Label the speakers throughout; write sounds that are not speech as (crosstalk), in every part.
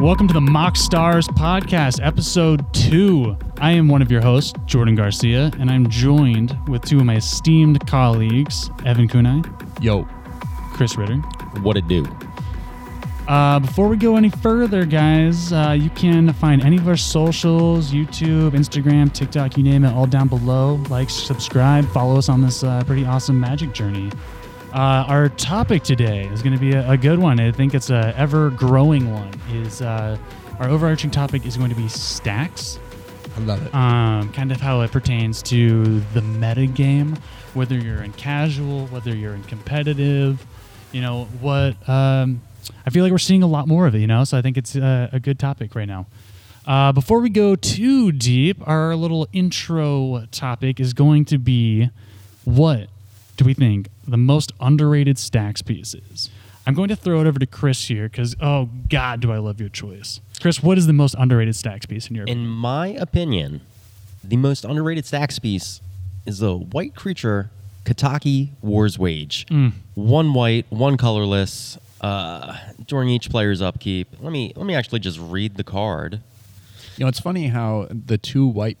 Speaker 1: Welcome to the Mock Stars Podcast, episode two. I am one of your hosts, Jordan Garcia, and I'm joined with two of my esteemed colleagues, Evan Kunai,
Speaker 2: Yo,
Speaker 1: Chris Ritter.
Speaker 2: what it do?
Speaker 1: Uh, before we go any further, guys, uh, you can find any of our socials YouTube, Instagram, TikTok, you name it, all down below. Like, subscribe, follow us on this uh, pretty awesome magic journey. Uh, our topic today is going to be a, a good one. I think it's a ever growing one. Is uh, our overarching topic is going to be stacks
Speaker 2: I love it.
Speaker 1: um, kind of how it pertains to the meta game, whether you're in casual, whether you're in competitive, you know what. Um, I feel like we're seeing a lot more of it, you know. So I think it's uh, a good topic right now. Uh, before we go too deep, our little intro topic is going to be what do we think the most underrated stacks piece is? I'm going to throw it over to Chris here because, oh, God, do I love your choice. Chris, what is the most underrated stacks piece in your opinion?
Speaker 2: In my opinion, the most underrated stacks piece is the white creature Kataki War's Wage. One white, one colorless. Uh, during each player's upkeep, let me let me actually just read the card.
Speaker 3: You know, it's funny how the two white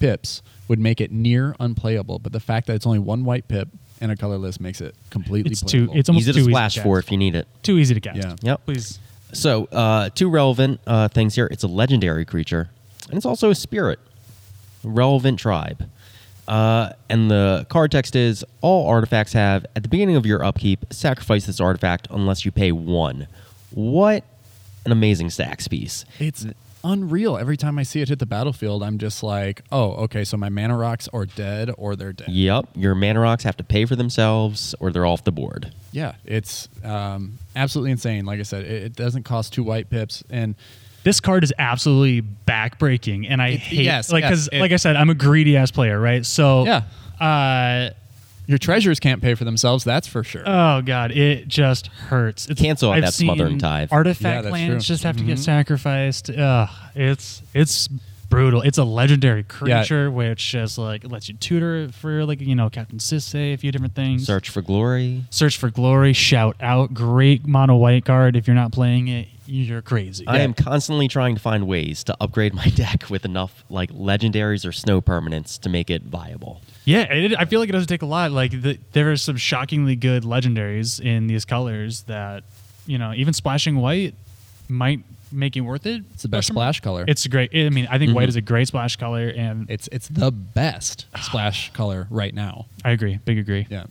Speaker 3: pips would make it near unplayable, but the fact that it's only one white pip and a colorless makes it completely
Speaker 1: It's too.
Speaker 3: playable.
Speaker 1: It's almost
Speaker 2: Easy
Speaker 1: too
Speaker 2: to splash
Speaker 1: easy to
Speaker 2: for
Speaker 1: cast.
Speaker 2: if you need it.
Speaker 1: Too easy to cast.
Speaker 3: Yeah.
Speaker 2: Yep.
Speaker 1: Please.
Speaker 2: So, uh, two relevant uh, things here. It's a legendary creature, and it's also a spirit. Relevant tribe. Uh, and the card text is all artifacts have, at the beginning of your upkeep, sacrifice this artifact unless you pay one. What an amazing stacks piece.
Speaker 3: it's unreal. Every time I see it hit the battlefield, I'm just like, oh, okay, so my mana rocks are dead or they're dead.
Speaker 2: Yep, your mana rocks have to pay for themselves or they're off the board.
Speaker 3: Yeah, it's um, absolutely insane. Like I said, it, it doesn't cost two white pips, and
Speaker 1: This card is absolutely backbreaking, and I
Speaker 3: It-
Speaker 1: hate
Speaker 3: yes,
Speaker 1: like
Speaker 3: yes,
Speaker 1: because
Speaker 3: it-
Speaker 1: like I said, I'm a greedy ass player, right? So
Speaker 3: Yeah.
Speaker 1: Uh,
Speaker 3: your treasures can't pay for themselves. That's for sure.
Speaker 1: oh god, it just hurts. It's,
Speaker 2: Cancel out
Speaker 1: I've
Speaker 2: that smother and
Speaker 1: seen
Speaker 2: tithe.
Speaker 3: Yeah,
Speaker 1: Artifact
Speaker 3: that's
Speaker 1: lands
Speaker 3: true. Mm-hmm.
Speaker 1: just have to get sacrificed. Ugh, it's it's brutal. It's a legendary creature which just like lets you tutor it for like you know Captain Sisse, a few different things.
Speaker 2: Search for glory.
Speaker 1: Search for glory. Shout out. Great mono white card. If you're not playing it, you're crazy.
Speaker 2: I am constantly trying to find ways to upgrade (laughs) my deck with enough like legendaries or snow permanents to make it viable.
Speaker 1: Yeah, it, I feel like it doesn't take a lot. Like the, there are some shockingly good legendaries in these colors that you know, even splashing white might make it worth it.
Speaker 3: it's the best splash color.
Speaker 1: It's great. I mean, I think
Speaker 2: Mm-hmm.
Speaker 1: white is a great splash color, and
Speaker 3: it's it's
Speaker 1: (sighs)
Speaker 3: the best splash color right now.
Speaker 1: I agree, big agree.
Speaker 3: Yeah.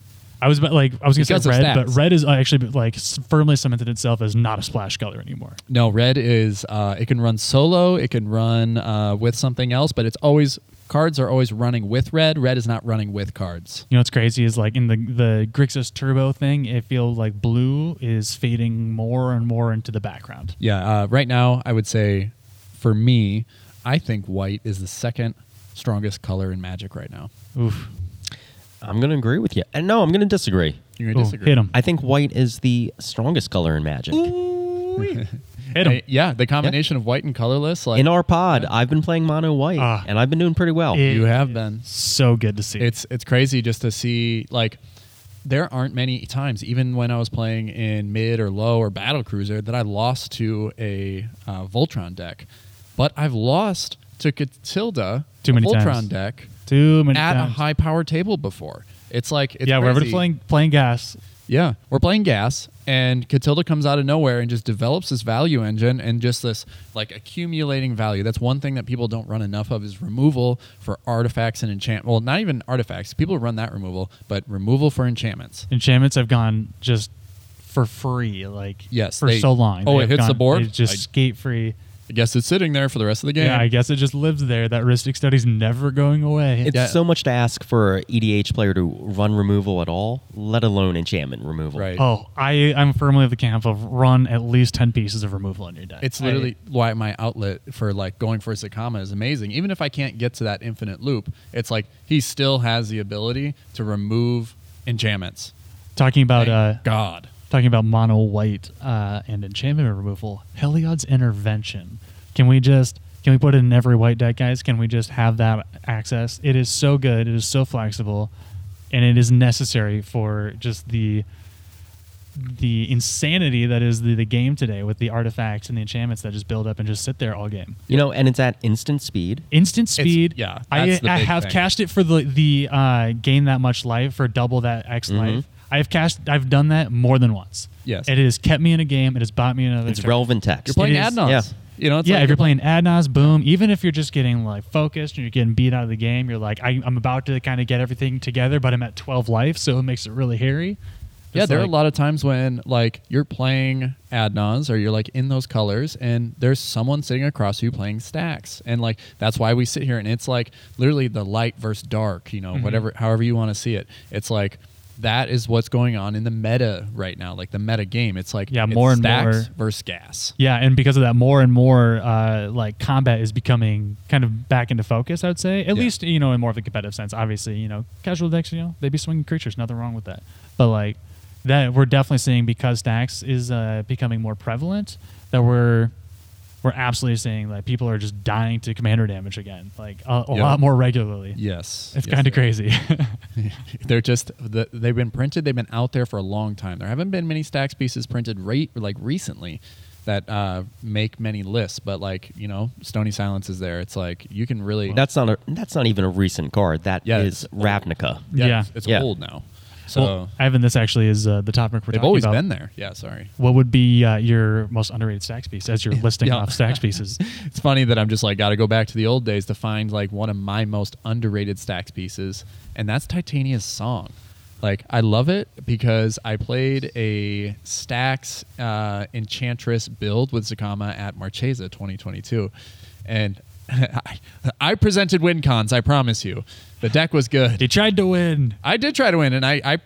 Speaker 1: I was about, like, I was gonna
Speaker 3: Because
Speaker 1: say
Speaker 3: of
Speaker 1: red, but
Speaker 3: stats.
Speaker 1: red is actually like s- firmly cemented itself as not a splash color anymore.
Speaker 3: No, red is uh, it can run solo, it can run uh, with something else, but it's always cards are always running with red. Red is not running with cards.
Speaker 1: You know what's crazy is like in the the Grixis Turbo thing, it feels like blue is fading more and more into the background.
Speaker 3: Yeah, uh, right now I would say for me, I think white is the second strongest color in Magic right now.
Speaker 1: Oof.
Speaker 2: I'm going to agree with you. And no, I'm going to disagree.
Speaker 3: You're
Speaker 1: Ooh, hit him.
Speaker 2: I think white is the strongest color in Magic.
Speaker 1: Hit him.
Speaker 3: yeah, the combination of white and colorless, like
Speaker 2: In our pod, I've been playing mono white,
Speaker 1: Ah.
Speaker 2: and I've been doing pretty well.
Speaker 1: It-
Speaker 3: you have been.
Speaker 1: So good to see.
Speaker 3: It's it's crazy just to see like there aren't many times, even when I was playing in mid or low or battle cruiser, that I lost to a uh, Voltron deck, but I've lost to Catilda,
Speaker 1: Too many
Speaker 3: a Voltron
Speaker 1: times.
Speaker 3: deck,
Speaker 1: too many
Speaker 3: at
Speaker 1: times.
Speaker 3: a high power table before. It's like it's
Speaker 1: yeah,
Speaker 3: crazy.
Speaker 1: wherever it's playing playing gas.
Speaker 3: Yeah, we're playing gas, and Catilda comes out of nowhere and just develops this value engine and just this like accumulating value. That's one thing that people don't run enough of is removal for artifacts and enchant. Well, not even artifacts. People run that removal, but removal for enchantments.
Speaker 1: Enchantments have gone just for free, like
Speaker 3: Yes,
Speaker 1: for
Speaker 3: they-
Speaker 1: so long.
Speaker 3: oh,
Speaker 1: They have
Speaker 3: it hits the
Speaker 1: gone-
Speaker 3: board?
Speaker 1: It's just
Speaker 3: I-
Speaker 1: skate free.
Speaker 3: I guess it's sitting there for the rest of the game.
Speaker 1: Yeah, I guess it just lives there. That Ristic study's never going away.
Speaker 2: it's
Speaker 3: yeah.
Speaker 2: so much to ask for an EDH player to run removal at all, let alone enchantment removal.
Speaker 3: Right.
Speaker 1: oh, I I'm firmly of the camp of run at least ten pieces of removal on your deck.
Speaker 3: It's
Speaker 1: I-
Speaker 3: literally why my outlet for like going for Sakama is amazing. Even if I can't get to that infinite loop, it's like he still has the ability to remove enchantments.
Speaker 1: talking about uh
Speaker 3: Thank God.
Speaker 1: talking about mono white uh, and enchantment removal. Heliod's intervention. Can we just can we put it in every white deck, guys? Can we just have that access? It is so good. It is so flexible, and it is necessary for just the the insanity that is the, the game today with the artifacts and the enchantments that just build up and just sit there all game.
Speaker 2: You know, and it's at instant speed.
Speaker 1: Instant speed.
Speaker 3: yeah,
Speaker 1: I,
Speaker 3: that's the
Speaker 1: I
Speaker 3: big
Speaker 1: have
Speaker 3: thing.
Speaker 1: cashed it for the the uh, gain that much life for double that X life. I have cashed. I've done that more than once.
Speaker 3: Mm-hmm. Yes.
Speaker 1: it has kept me in a game. It has bought me another.
Speaker 2: It's
Speaker 1: turn.
Speaker 2: relevant text.
Speaker 3: You're playing
Speaker 1: It is,
Speaker 3: ad nauseam.
Speaker 2: yeah.
Speaker 3: You know, it's
Speaker 1: yeah,
Speaker 3: like
Speaker 1: if you're playing ad nos, boom. Even if you're just getting like focused and you're getting beat out of the game, you're like, I, I'm about to kind of get everything together, but I'm at 12 life, so it makes it really hairy.
Speaker 3: Yeah,
Speaker 1: It's
Speaker 3: there are
Speaker 1: like-
Speaker 3: a lot of times when like you're playing Adnons or you're like in those colors and there's someone sitting across you playing stacks. And like that's why we sit here and it's like literally the light versus dark, you know,
Speaker 1: Mm-hmm.
Speaker 3: whatever however you want to see it. It's like that is what's going on in the meta right now, like the meta game. It's like
Speaker 1: Yeah,
Speaker 3: it's
Speaker 1: more and
Speaker 3: stacks
Speaker 1: more-
Speaker 3: versus gas.
Speaker 1: Yeah, and because of that, more and more uh, like combat is becoming kind of back into focus. I would say, at
Speaker 3: Yeah.
Speaker 1: least you know in more of the competitive sense. Obviously, you know, casual decks, you know, they be swinging creatures, nothing wrong with that. But like that, we're definitely seeing because stacks is uh, becoming more prevalent that we're we're absolutely seeing like people are just dying to commander damage again, like a, a
Speaker 3: Yeah.
Speaker 1: lot more regularly.
Speaker 3: Yes.
Speaker 1: It's
Speaker 3: Yes,
Speaker 1: kind of
Speaker 3: they are.
Speaker 1: crazy. (laughs)
Speaker 3: they're just the, they've been printed they've been out there for a long time there haven't been many stacks pieces printed right like recently that uh, make many lists but like you know stony silence is there it's like you can really
Speaker 2: That's not a. That's not even a recent card. That is
Speaker 3: Yeah, it's old.
Speaker 2: Ravnica.
Speaker 1: Yeah.
Speaker 3: it's, it's
Speaker 2: Yeah.
Speaker 3: old now so
Speaker 1: well, Ivan, this actually is uh, the topic we're
Speaker 3: they've
Speaker 1: talking
Speaker 3: always
Speaker 1: about.
Speaker 3: been there yeah sorry
Speaker 1: What would be uh, your most underrated stacks piece as you're listing
Speaker 3: (laughs) Yeah.
Speaker 1: off stacks
Speaker 3: (laughs)
Speaker 1: pieces?
Speaker 3: it's funny that i'm just like gotta go back to the old days to find like one of my most underrated stacks pieces and that's titania's song like i love it because i played a stacks uh, enchantress build with zakama at marchesa 2022 and (laughs) I, I presented win cons i promise you the deck was good
Speaker 1: He tried to win.
Speaker 3: I did try to win, and I, I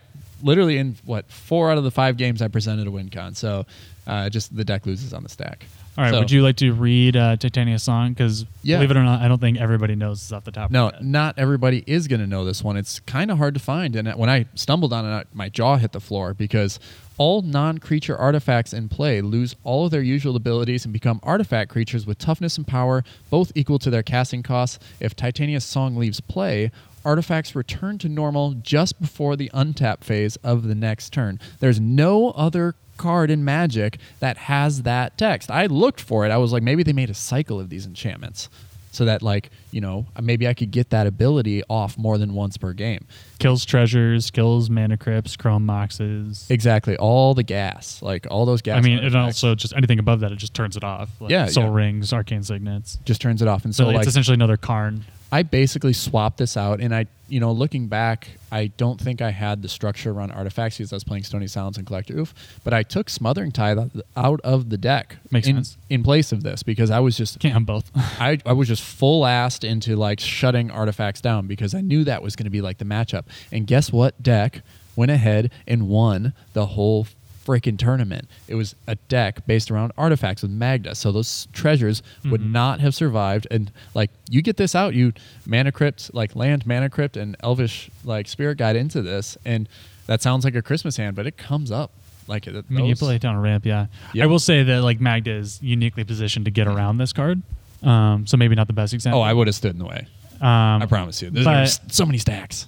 Speaker 3: literally in what four out of the five games I presented a win con. So uh, just the deck loses on the stack.
Speaker 1: All right.
Speaker 3: So-
Speaker 1: would you like to read uh, Titania's song? Because
Speaker 3: Yeah.
Speaker 1: believe it or not, I don't think everybody knows this off the top.
Speaker 3: No,
Speaker 1: of their head.
Speaker 3: not everybody is going to know this one. It's kind of hard to find, and when I stumbled on it, I- my jaw hit the floor because all non-creature artifacts in play lose all of their usual abilities and become artifact creatures with toughness and power both equal to their casting costs. If Titania's Song leaves play, artifacts return to normal just before the untap phase of the next turn. There's no other card in Magic that has that text. I looked for it. I was like, maybe they made a cycle of these enchantments so that like you know maybe i could get that ability off more than once per game
Speaker 1: Kills treasures, kills mana crypts, chrome moxes.
Speaker 3: exactly all the gas like all those gas
Speaker 1: I mean, and
Speaker 3: artifacts
Speaker 1: also just anything above that, it just turns it off. Like
Speaker 3: Yeah,
Speaker 1: Soul
Speaker 3: yeah.
Speaker 1: rings, arcane signets.
Speaker 3: just turns it off and
Speaker 1: So,
Speaker 3: so, like
Speaker 1: it's essentially another Karn.
Speaker 3: i basically swapped this out and i you know looking back i don't think i had the structure around artifacts because i was playing stony silence and collector oof but i took smothering tithe out of the deck
Speaker 1: Makes
Speaker 3: in,
Speaker 1: sense.
Speaker 3: in place of this because i was just
Speaker 1: Can't have both. (laughs)
Speaker 3: I, I was just full assed into like shutting artifacts down because I knew that was going to be like the matchup. And guess what? Deck went ahead and won the whole freaking tournament. It was a deck based around artifacts with Magda. So those treasures
Speaker 1: Mm-hmm.
Speaker 3: would not have survived. And like you get this out, you mana crypt, like land mana crypt and elvish like spirit guide into this. And that sounds like a Christmas hand, but it comes up. Like it,
Speaker 1: I mean, you
Speaker 3: those-
Speaker 1: play it down a ramp, yeah.
Speaker 3: Yep.
Speaker 1: I will say that like Magda is uniquely positioned to get around this card. Um, so maybe not the best example.
Speaker 3: Mm-hmm. Oh, I would have stood in the way.
Speaker 1: Um,
Speaker 3: I promise you. There's
Speaker 1: but-
Speaker 3: there's so many stacks.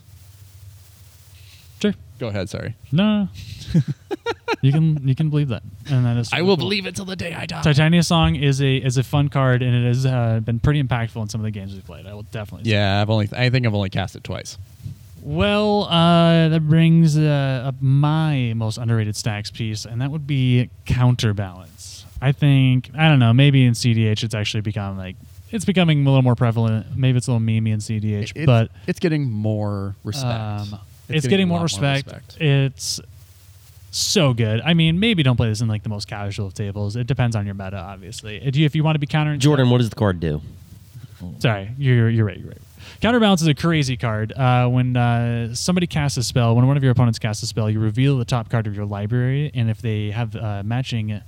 Speaker 1: Sure.
Speaker 3: Go ahead. Sorry.
Speaker 1: No.
Speaker 3: (laughs)
Speaker 1: you can you can believe that, and that is.
Speaker 3: I will believe it till the day I die.
Speaker 1: Titania Song is a is a fun card, and it has uh, been pretty impactful in some of the games we've played. I will definitely. say.
Speaker 3: Yeah, I've only I think I've only cast it twice.
Speaker 1: Well, uh, that brings uh, up my most underrated stacks piece, and that would be counterbalance. I think I don't know. Maybe in CDH, it's actually become like it's becoming a little more prevalent. Maybe it's a little memey in CDH,
Speaker 3: It's-
Speaker 1: but
Speaker 3: it's getting more respect.
Speaker 1: Um, it's, getting,
Speaker 3: a
Speaker 1: more
Speaker 3: lot
Speaker 1: respect. It's so good. I mean, maybe don't play this in like the most casual of tables. It depends on your meta, obviously. If you, if you want to be countering
Speaker 2: Jordan, what does the card do?
Speaker 1: sorry, you're you're right. You're right. Counterbalance is a crazy card. Uh, when uh, somebody casts a spell, when one of your opponents casts a spell, you reveal the top card of your library, and if they have uh, matching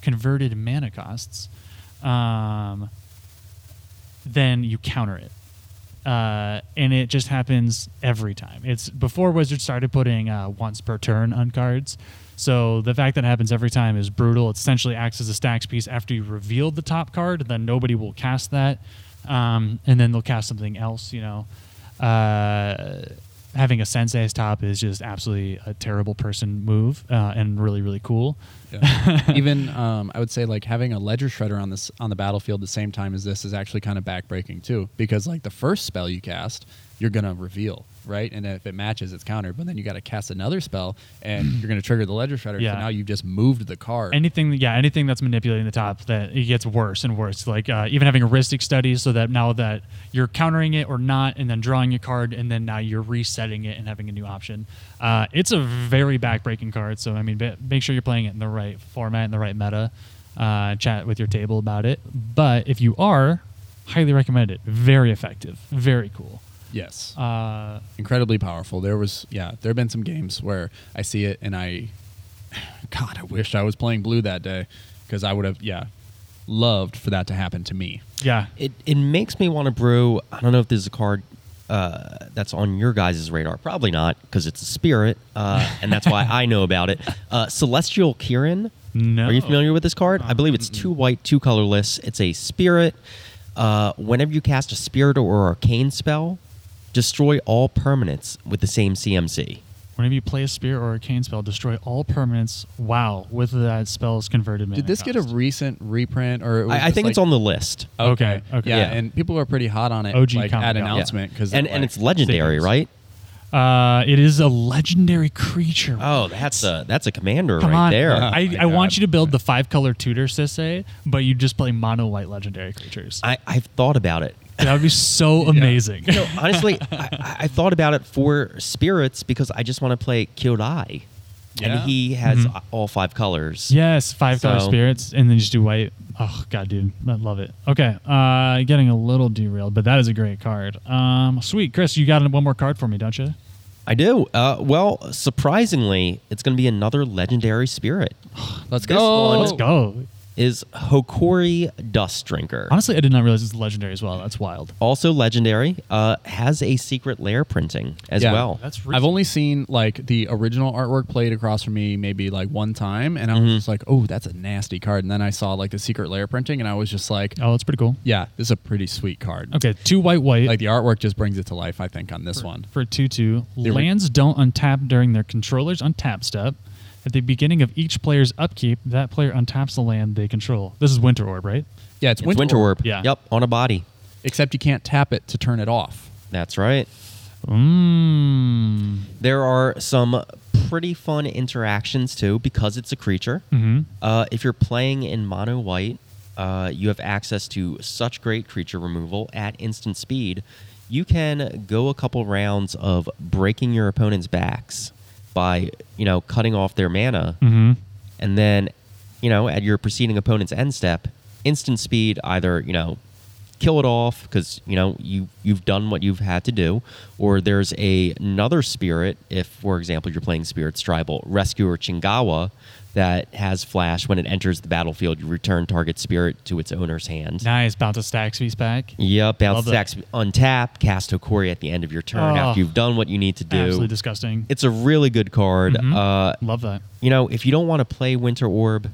Speaker 1: converted mana costs, um, then you counter it. Uh, and it just happens every time. It's before Wizards started putting uh, once per turn on cards. So the fact that it happens every time is brutal. It essentially acts as a stacks piece after you reveal the top card, then nobody will cast that. Um, and then they'll cast something else, you know. Uh, having a sensei's top is just absolutely a terrible person move uh, and really really cool.
Speaker 3: Yeah.
Speaker 1: (laughs)
Speaker 3: Even um, I would say like having a ledger shredder on this on the battlefield the same time as this is actually kind of backbreaking too, because like the first spell you cast, you're gonna reveal right, and if it matches, it's countered. But then you got to cast another spell,
Speaker 1: (clears throat)
Speaker 3: and you're gonna trigger the ledger shredder.
Speaker 1: Yeah.
Speaker 3: So now you've just moved the card.
Speaker 1: Anything, yeah, anything that's manipulating the top that it gets worse and worse. Like uh, even having heuristic studies, so that now that you're countering it or not, and then drawing a card, and then now you're resetting it and having a new option. Uh, it's a very backbreaking card. So I mean, ba- make sure you're playing it in the right format and the right meta. Uh, chat with your table about it. But if you are, highly recommend it. Very effective. Very cool.
Speaker 3: yes.
Speaker 1: Uh,
Speaker 3: incredibly powerful. There was yeah, there have been some games where I see it and I, (sighs) God, I wish I was playing blue that day because I would have yeah, loved for that to happen to me.
Speaker 1: yeah.
Speaker 2: It, it makes me want to brew. I don't know if this is a card uh, that's on your guys' radar. Probably not, because it's a spirit, uh, and that's why I know
Speaker 1: (laughs)
Speaker 2: about it. Uh, Celestial Kirin.
Speaker 1: No.
Speaker 2: Are you familiar with this card? I believe it's two white, two colorless. It's a spirit. Uh, whenever you cast a spirit or arcane spell, destroy all permanents with the same CMC.
Speaker 1: Whenever you play a spear or a cane spell, destroy all permanents. Wow, with that spell's converted. mana
Speaker 3: Did this get a
Speaker 1: cost.
Speaker 3: recent reprint or? It was
Speaker 2: I, I
Speaker 3: just
Speaker 2: think
Speaker 3: like-
Speaker 2: it's on the list.
Speaker 3: Okay.
Speaker 1: Okay, okay.
Speaker 3: Yeah,
Speaker 2: Yeah.
Speaker 3: and people are pretty hot on it.
Speaker 1: OG
Speaker 3: like,
Speaker 1: comic,
Speaker 3: at
Speaker 1: yeah.
Speaker 3: announcement because
Speaker 2: and and it's legendary,
Speaker 1: Figures.
Speaker 2: right?
Speaker 1: Uh, it is a legendary creature.
Speaker 2: Oh, that's a that's a commander
Speaker 1: Come
Speaker 2: right
Speaker 1: on!
Speaker 2: there.
Speaker 1: (laughs) I,
Speaker 3: Oh my
Speaker 1: I want
Speaker 3: God.
Speaker 1: you to build the five color tutor sisay, but you just play mono white legendary creatures.
Speaker 2: I, I've thought about it.
Speaker 1: that would be
Speaker 2: (laughs)
Speaker 1: so amazing.
Speaker 2: No, honestly, I- I, I thought about it for spirits because I just want to play Kyodai. And
Speaker 3: Yeah.
Speaker 2: he has all five colors.
Speaker 1: yes, five color
Speaker 2: So-
Speaker 1: spirits, and then just do white. Oh god, dude, I love it. Okay, uh, getting a little derailed, but that is a great card. Um, sweet, Chris, you got one more card for me, don't you?
Speaker 2: I do. Uh, well, surprisingly, it's going to be another legendary spirit.
Speaker 3: Let's
Speaker 2: This
Speaker 3: go.
Speaker 2: one-
Speaker 1: Let's go.
Speaker 2: Is Hokori Dust Drinker.
Speaker 1: Honestly, I did not realize it's legendary as well. That's wild.
Speaker 2: Also legendary, uh, has a secret layer printing as
Speaker 3: Yeah.
Speaker 2: well.
Speaker 1: That's
Speaker 3: I've only seen like the original artwork played across from me maybe like one time, and I
Speaker 2: Mm-hmm.
Speaker 3: was just like, "Oh, that's a nasty card." And then I saw like the secret layer printing, and I was just like,
Speaker 1: Oh, that's pretty cool.
Speaker 3: "Yeah, this is a pretty sweet card."
Speaker 1: Okay, two white white
Speaker 3: Like the artwork just brings it to life, I think, on this one.
Speaker 1: for two two.
Speaker 3: They were-
Speaker 1: Lands don't untap during their controller's untap step. At the beginning of each player's upkeep, that player untaps the land they control. This is Winter Orb, right?
Speaker 3: Yeah, it's,
Speaker 2: it's Winter, Orb.
Speaker 1: Yeah.
Speaker 2: Yep, on a body.
Speaker 3: Except you can't tap it to turn it off.
Speaker 2: That's right.
Speaker 1: Mmm.
Speaker 2: There are some pretty fun interactions too because it's a creature. Uh, if you're playing in mono white, uh, you have access to such great creature removal at instant speed. You can go a couple rounds of breaking your opponent's backs by you know cutting off their mana,
Speaker 1: Mm-hmm.
Speaker 2: and then you know at your preceding opponent's end step, instant speed either you know kill it off because you know you you've done what you've had to do, or there's a, another spirit. If for example you're playing spirits tribal rescuer Chingawa that has flash when it enters the battlefield, you return target spirit to its owner's hand.
Speaker 1: Nice. Bounce a stack speed back.
Speaker 2: Yep, bounce
Speaker 1: Love it.
Speaker 2: attacks untap, cast Hokori at the end of your turn
Speaker 1: Oh.
Speaker 2: after you've done what you need to do.
Speaker 1: Absolutely Mm-hmm. disgusting.
Speaker 2: It's a really good card. Uh,
Speaker 1: Love that.
Speaker 2: you know, if you don't want to play Winter Orb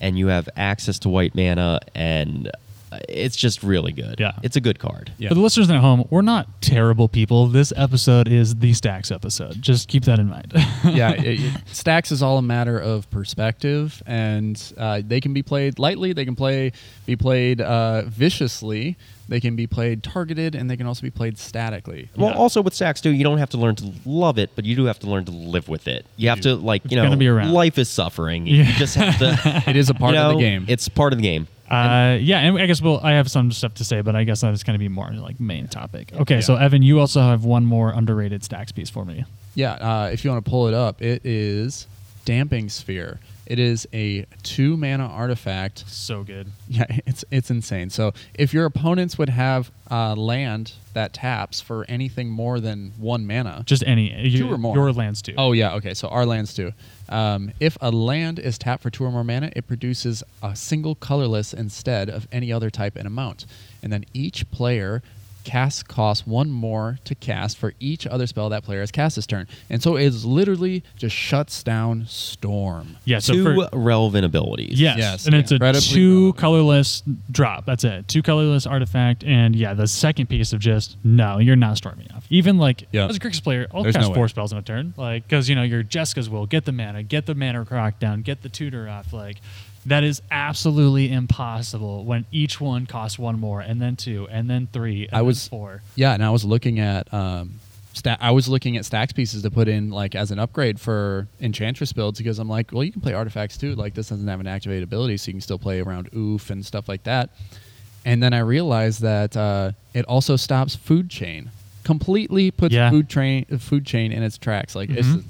Speaker 2: and you have access to white mana and uh, it's just really good.
Speaker 1: Yeah.
Speaker 2: It's a good card.
Speaker 3: Yeah.
Speaker 1: For the listeners at home, we're not terrible people. This episode is the stacks episode. Just keep that in mind. (laughs)
Speaker 3: yeah, it, it- stacks is all a matter of perspective, and uh, they can be played lightly. They can play be played uh, viciously. They can be played targeted, and they can also be played statically.
Speaker 2: Well,
Speaker 1: Yeah.
Speaker 2: also with stacks too, you don't have to learn to love it, but you do have to learn to live with it. You have to like, you know,
Speaker 1: gonna be around.
Speaker 2: life is suffering. You
Speaker 1: Yeah.
Speaker 2: just have
Speaker 1: (laughs)
Speaker 2: to
Speaker 3: It is a part
Speaker 2: you
Speaker 3: of
Speaker 2: know,
Speaker 3: the game.
Speaker 2: It's part of the game.
Speaker 1: Uh, yeah, and I guess we'll. I have some stuff to say, but I guess that is going to be more like main topic. Okay, so Evan, you also have one more underrated stacks piece for me.
Speaker 3: Yeah, uh, if you want to pull it up, it is Damping Sphere. It is a two mana artifact.
Speaker 1: So good.
Speaker 3: Yeah, (laughs) it's it's insane. So if your opponents would have uh, land that taps for anything more than one mana,
Speaker 1: Just any you,
Speaker 3: or more.
Speaker 1: Your lands too.
Speaker 3: Oh yeah, okay. So our lands too. Um, if a land is tapped for two or more mana, it produces a single colorless instead of any other type and amount. And then each player Cast costs one more to cast for each other spell that player has cast this turn. And so it's literally just shuts down Storm.
Speaker 1: Yeah, so
Speaker 2: Two
Speaker 1: for,
Speaker 2: relevant abilities.
Speaker 1: yes,
Speaker 3: Yes,
Speaker 1: and it's a
Speaker 3: incredibly
Speaker 1: two
Speaker 3: relevant.
Speaker 1: colorless drop. That's it. Two colorless artifact, and yeah, the second piece of just no, you're not storming off. Even like
Speaker 3: Yeah.
Speaker 1: as a Grixis player, I'll
Speaker 3: There's
Speaker 1: cast
Speaker 3: no way.
Speaker 1: four spells in a turn, like because you know your Jessica's will get the mana, get the mana rock down, get the tutor off, like. That is absolutely impossible when each one costs one more, and then two, and then three, and
Speaker 3: I
Speaker 1: then
Speaker 3: was-
Speaker 1: four.
Speaker 3: Yeah, and I was looking at um, sta- I was looking at stacks pieces to put in like as an upgrade for enchantress builds because I'm like, well, you can play artifacts too. Like this doesn't have an activated ability, so you can still play around oof and stuff like that. And then I realized that uh, it also stops food chain. Completely puts
Speaker 1: Yeah.
Speaker 3: food train food chain in its tracks. Like
Speaker 1: Mhm.
Speaker 3: it's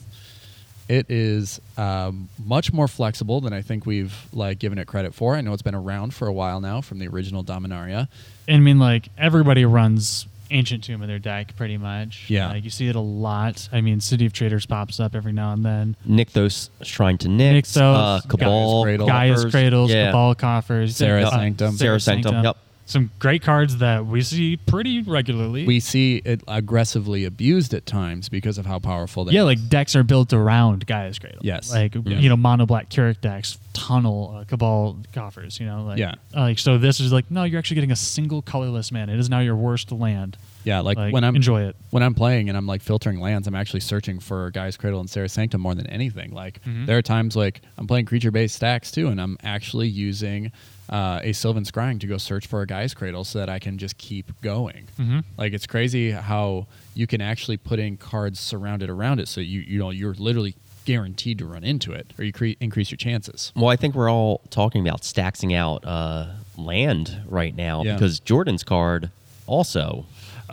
Speaker 3: it is um, much more flexible than I think we've like given it credit for. I know it's been around for a while now from the original Dominaria.
Speaker 1: I mean, like everybody runs Ancient Tomb in their deck, pretty much.
Speaker 3: Yeah.
Speaker 1: like, you see it a lot. I mean, City of Traders pops up every now and then.
Speaker 2: Nykthos, Shrine to Nyx, uh,
Speaker 1: Nykthos,
Speaker 2: Cabal,
Speaker 3: Gaia's Cradle.
Speaker 1: Gaia's
Speaker 2: Coffers.
Speaker 1: Cradles,
Speaker 2: Yeah.
Speaker 1: Cabal Coffers,
Speaker 3: Sarah's
Speaker 1: uh,
Speaker 3: Sanctum.
Speaker 2: Sarah's Sanctum, yep.
Speaker 1: Some great cards that we see pretty regularly.
Speaker 3: we see it aggressively abused at times because of how powerful they
Speaker 1: yeah,
Speaker 3: are.
Speaker 1: like decks are built around Gaia's Cradle.
Speaker 3: Yes.
Speaker 1: like
Speaker 3: Yeah.
Speaker 1: you know, mono black Keurig decks, tunnel, uh, Cabal coffers. You know, like
Speaker 3: Yeah.
Speaker 1: uh, like so. This is like no, you're actually getting a single colorless mana. It is now your worst land.
Speaker 3: yeah, like,
Speaker 1: Like,
Speaker 3: when I'm
Speaker 1: enjoy it.
Speaker 3: when I'm playing and I'm like filtering lands, I'm actually searching for Guy's Cradle and Sarah's Sanctum more than anything. Like
Speaker 1: Mhm.
Speaker 3: there are times like I'm playing creature based stacks too, and I'm actually using uh, a Sylvan Scrying to go search for a Guy's Cradle so that I can just keep going.
Speaker 1: Mhm.
Speaker 3: Like it's crazy how you can actually put in cards surrounded around it, so you you know you're literally guaranteed to run into it, or you cre- increase your chances.
Speaker 2: Well, I think we're all talking about staxing out uh, land right now
Speaker 3: Yeah.
Speaker 2: because Jordan's card also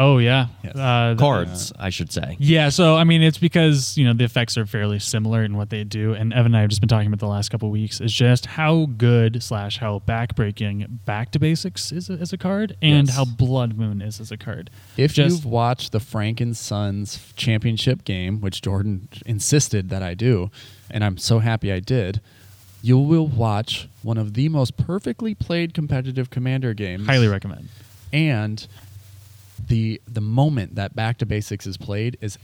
Speaker 1: Oh yeah,
Speaker 3: Yes.
Speaker 1: uh, the-
Speaker 2: cards, I should say.
Speaker 1: Yeah, so I mean, it's because you know the effects are fairly similar in what they do, and Evan and I have just been talking about the last couple of weeks is just how good slash how backbreaking Back to Basics is as a card, and
Speaker 3: Yes.
Speaker 1: how Blood Moon is as a card.
Speaker 3: If
Speaker 1: Just-
Speaker 3: you've watched the Frank and Sons championship game, which Jordan insisted that I do, and I'm so happy I did, you will watch one of the most perfectly played competitive commander games.
Speaker 1: highly recommend.
Speaker 3: And the the moment that back to basics is played is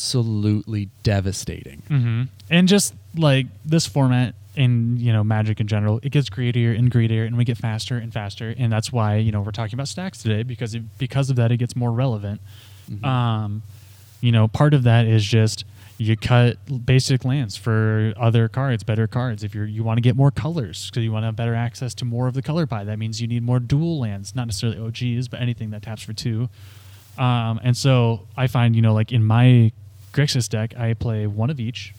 Speaker 3: absolutely devastating.
Speaker 1: Mm-hmm. And just like this format in you know Magic in general, it gets greedier and greedier, and we get faster and faster, and that's why you know we're talking about stacks today because it, because of that it gets more relevant. Um, you know, part of that is just you cut l- basic lands for other cards, better cards. If you're you want to get more colors because you want to have better access to more of the color pie, that means you need more dual lands, not necessarily OGs, but anything that taps for two. Um, and so I find, you know, like in my Grixis deck, I play one of each,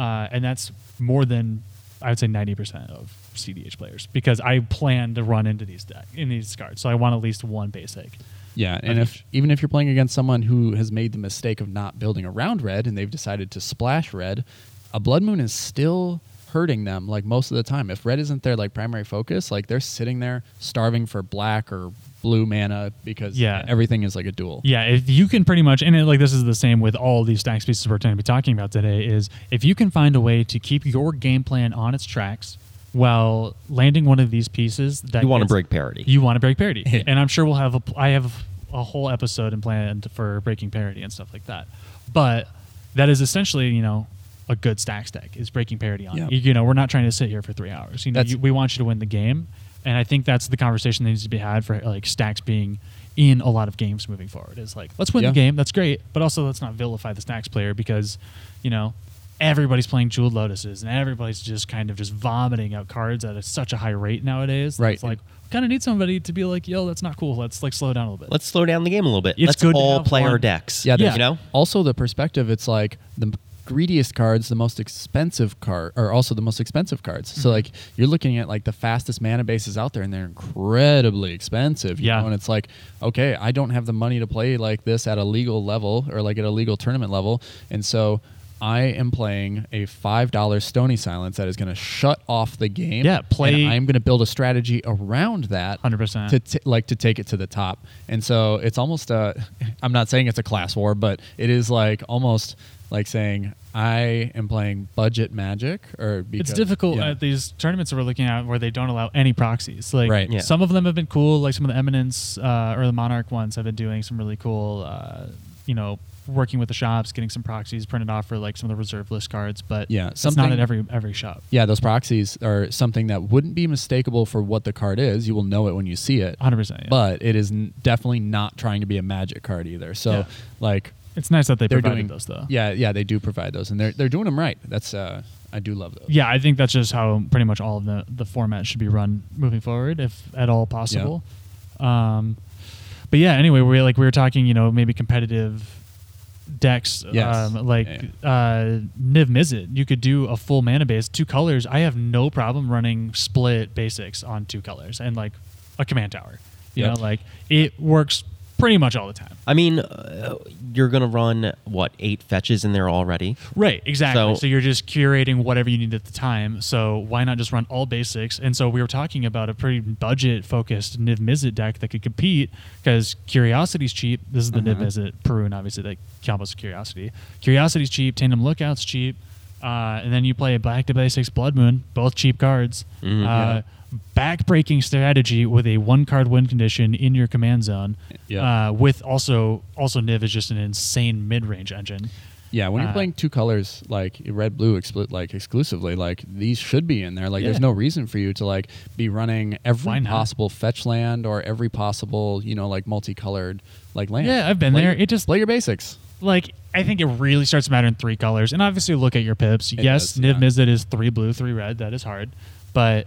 Speaker 1: uh, and that's more than I would say ninety percent of CDH players because I plan to run into these deck in these cards, so I want at least one basic.
Speaker 3: Yeah, and if even if you're playing against someone who has made the mistake of not building around red and they've decided to splash red, a blood moon is still hurting them like most of the time. If red isn't their like primary focus, like they're sitting there starving for black or blue mana because
Speaker 1: Yeah.
Speaker 3: everything is like a duel.
Speaker 1: Yeah, if you can pretty much, and it, like this is the same with all these stacks pieces we're going to be talking about today, is if you can find a way to keep your game plan on its tracks while landing one of these pieces that
Speaker 2: You want to
Speaker 1: gets-
Speaker 2: break parity.
Speaker 1: you want to break parity,
Speaker 3: (laughs) Yeah.
Speaker 1: and I'm sure we'll have a. I have a whole episode and planned for breaking parity and stuff like that. But that is essentially, you know, a good stack stack is breaking parity on.
Speaker 3: Yeah.
Speaker 1: You, you know, we're not trying to sit here for three hours. You know,
Speaker 3: That's-
Speaker 1: you, we want you to win the game, and I think that's the conversation that needs to be had for like stacks being in a lot of games moving forward. Is like let's win
Speaker 3: Yeah.
Speaker 1: the game, that's great, but also let's not vilify the stacks player because, you know. Everybody's playing jeweled lotuses, and everybody's just kind of just vomiting out cards at a, such a high rate nowadays.
Speaker 3: Right.
Speaker 1: It's like kind of need somebody to be like, yo, that's not cool. Let's like slow down a little bit.
Speaker 2: Let's slow down the game a little bit.
Speaker 1: It's
Speaker 2: Let's
Speaker 1: good to
Speaker 2: all
Speaker 1: have
Speaker 2: play our
Speaker 1: one-
Speaker 2: decks.
Speaker 3: Yeah,
Speaker 1: there's-
Speaker 2: you know?
Speaker 3: Also, the perspective it's like the m- greediest cards, the most expensive card, are also the most expensive cards.
Speaker 1: Mm-hmm.
Speaker 3: So like you're looking at like the fastest mana bases out there, and they're incredibly expensive. you
Speaker 1: Yeah.
Speaker 3: know? and it's like okay, I don't have the money to play like this at a legal level or like at a legal tournament level, and so. I am playing a five dollar Stony Silence that is going to shut off the game.
Speaker 1: Yeah, play-
Speaker 3: I am going to build a strategy around that
Speaker 1: 100%.
Speaker 3: to t- like to take it to the (laughs) top. And so it's almost a I'm not saying it's a class war, but it is like almost like saying I am playing budget magic or because,
Speaker 1: it's difficult
Speaker 3: yeah.
Speaker 1: at these tournaments that we're looking at where they don't allow any proxies. Like
Speaker 3: Right.
Speaker 2: Yeah.
Speaker 1: some of them have been cool, like some of the Eminence uh, or the Monarch ones have been doing some really cool, uh, you know, working with the shops, getting some proxies printed off for like some of the reserve list cards. But
Speaker 3: Yeah,
Speaker 1: it's not
Speaker 3: something-
Speaker 1: at every every shop.
Speaker 3: Yeah, those proxies are something that wouldn't be mistakable for what the card is. You will know it when you see it.
Speaker 1: 100. percent
Speaker 3: But it is n- definitely not trying to be a magic card either. So
Speaker 1: Yeah.
Speaker 3: like
Speaker 1: it's nice that they
Speaker 3: they're
Speaker 1: provided
Speaker 3: doing
Speaker 1: those though.
Speaker 3: Yeah, yeah, they do provide those and they're they're doing them right. That's uh I do love those.
Speaker 1: Yeah, I think that's just how pretty much all of the, the format should be run moving forward, if at all possible. Um, but yeah, anyway, we like we were talking, you know, maybe competitive decks,
Speaker 3: Yes.
Speaker 1: um, like
Speaker 3: Yeah,
Speaker 1: uh, Niv Mizzet. You could do a full mana base, two colors. I have no problem running split basics on two colors and like a command tower. You
Speaker 3: Yep.
Speaker 1: know, like it works pretty much all the time.
Speaker 2: I mean, uh, you're going to run, what, eight fetches in there already?
Speaker 1: Right, exactly. So,
Speaker 2: So-
Speaker 1: you're just curating whatever you need at the time. So why not just run all basics? And so we were talking about a pretty budget focused Niv Mizzet deck that could compete because Curiosity's cheap. This is the Niv Mizzet Perun, obviously, that combos with Curiosity. Curiosity's cheap, Tandem Lookout's cheap. Uh, and then you play Black to Basics Blood Moon, both cheap cards. Uh, Backbreaking strategy with a one card win condition in your command zone.
Speaker 3: Yeah.
Speaker 1: Uh, with also, also Niv is just an insane mid range engine.
Speaker 3: Yeah, when
Speaker 1: Uh,
Speaker 3: you're playing two colors like red blue expli- like exclusively, like these should be in there. Like
Speaker 1: Yeah.
Speaker 3: there's no reason for you to like be running
Speaker 1: Why
Speaker 3: every
Speaker 1: not?
Speaker 3: possible fetch land or every possible, you know, like multicolored like land.
Speaker 1: Yeah, I've been
Speaker 3: Play-
Speaker 1: there. It just
Speaker 3: play your basics.
Speaker 1: like I think it really starts to matter in three colors. And obviously, look at your pips.
Speaker 3: It
Speaker 1: yes,
Speaker 3: does,
Speaker 1: Niv
Speaker 3: yeah.
Speaker 1: Mizzet is three blue, three red. That is hard, but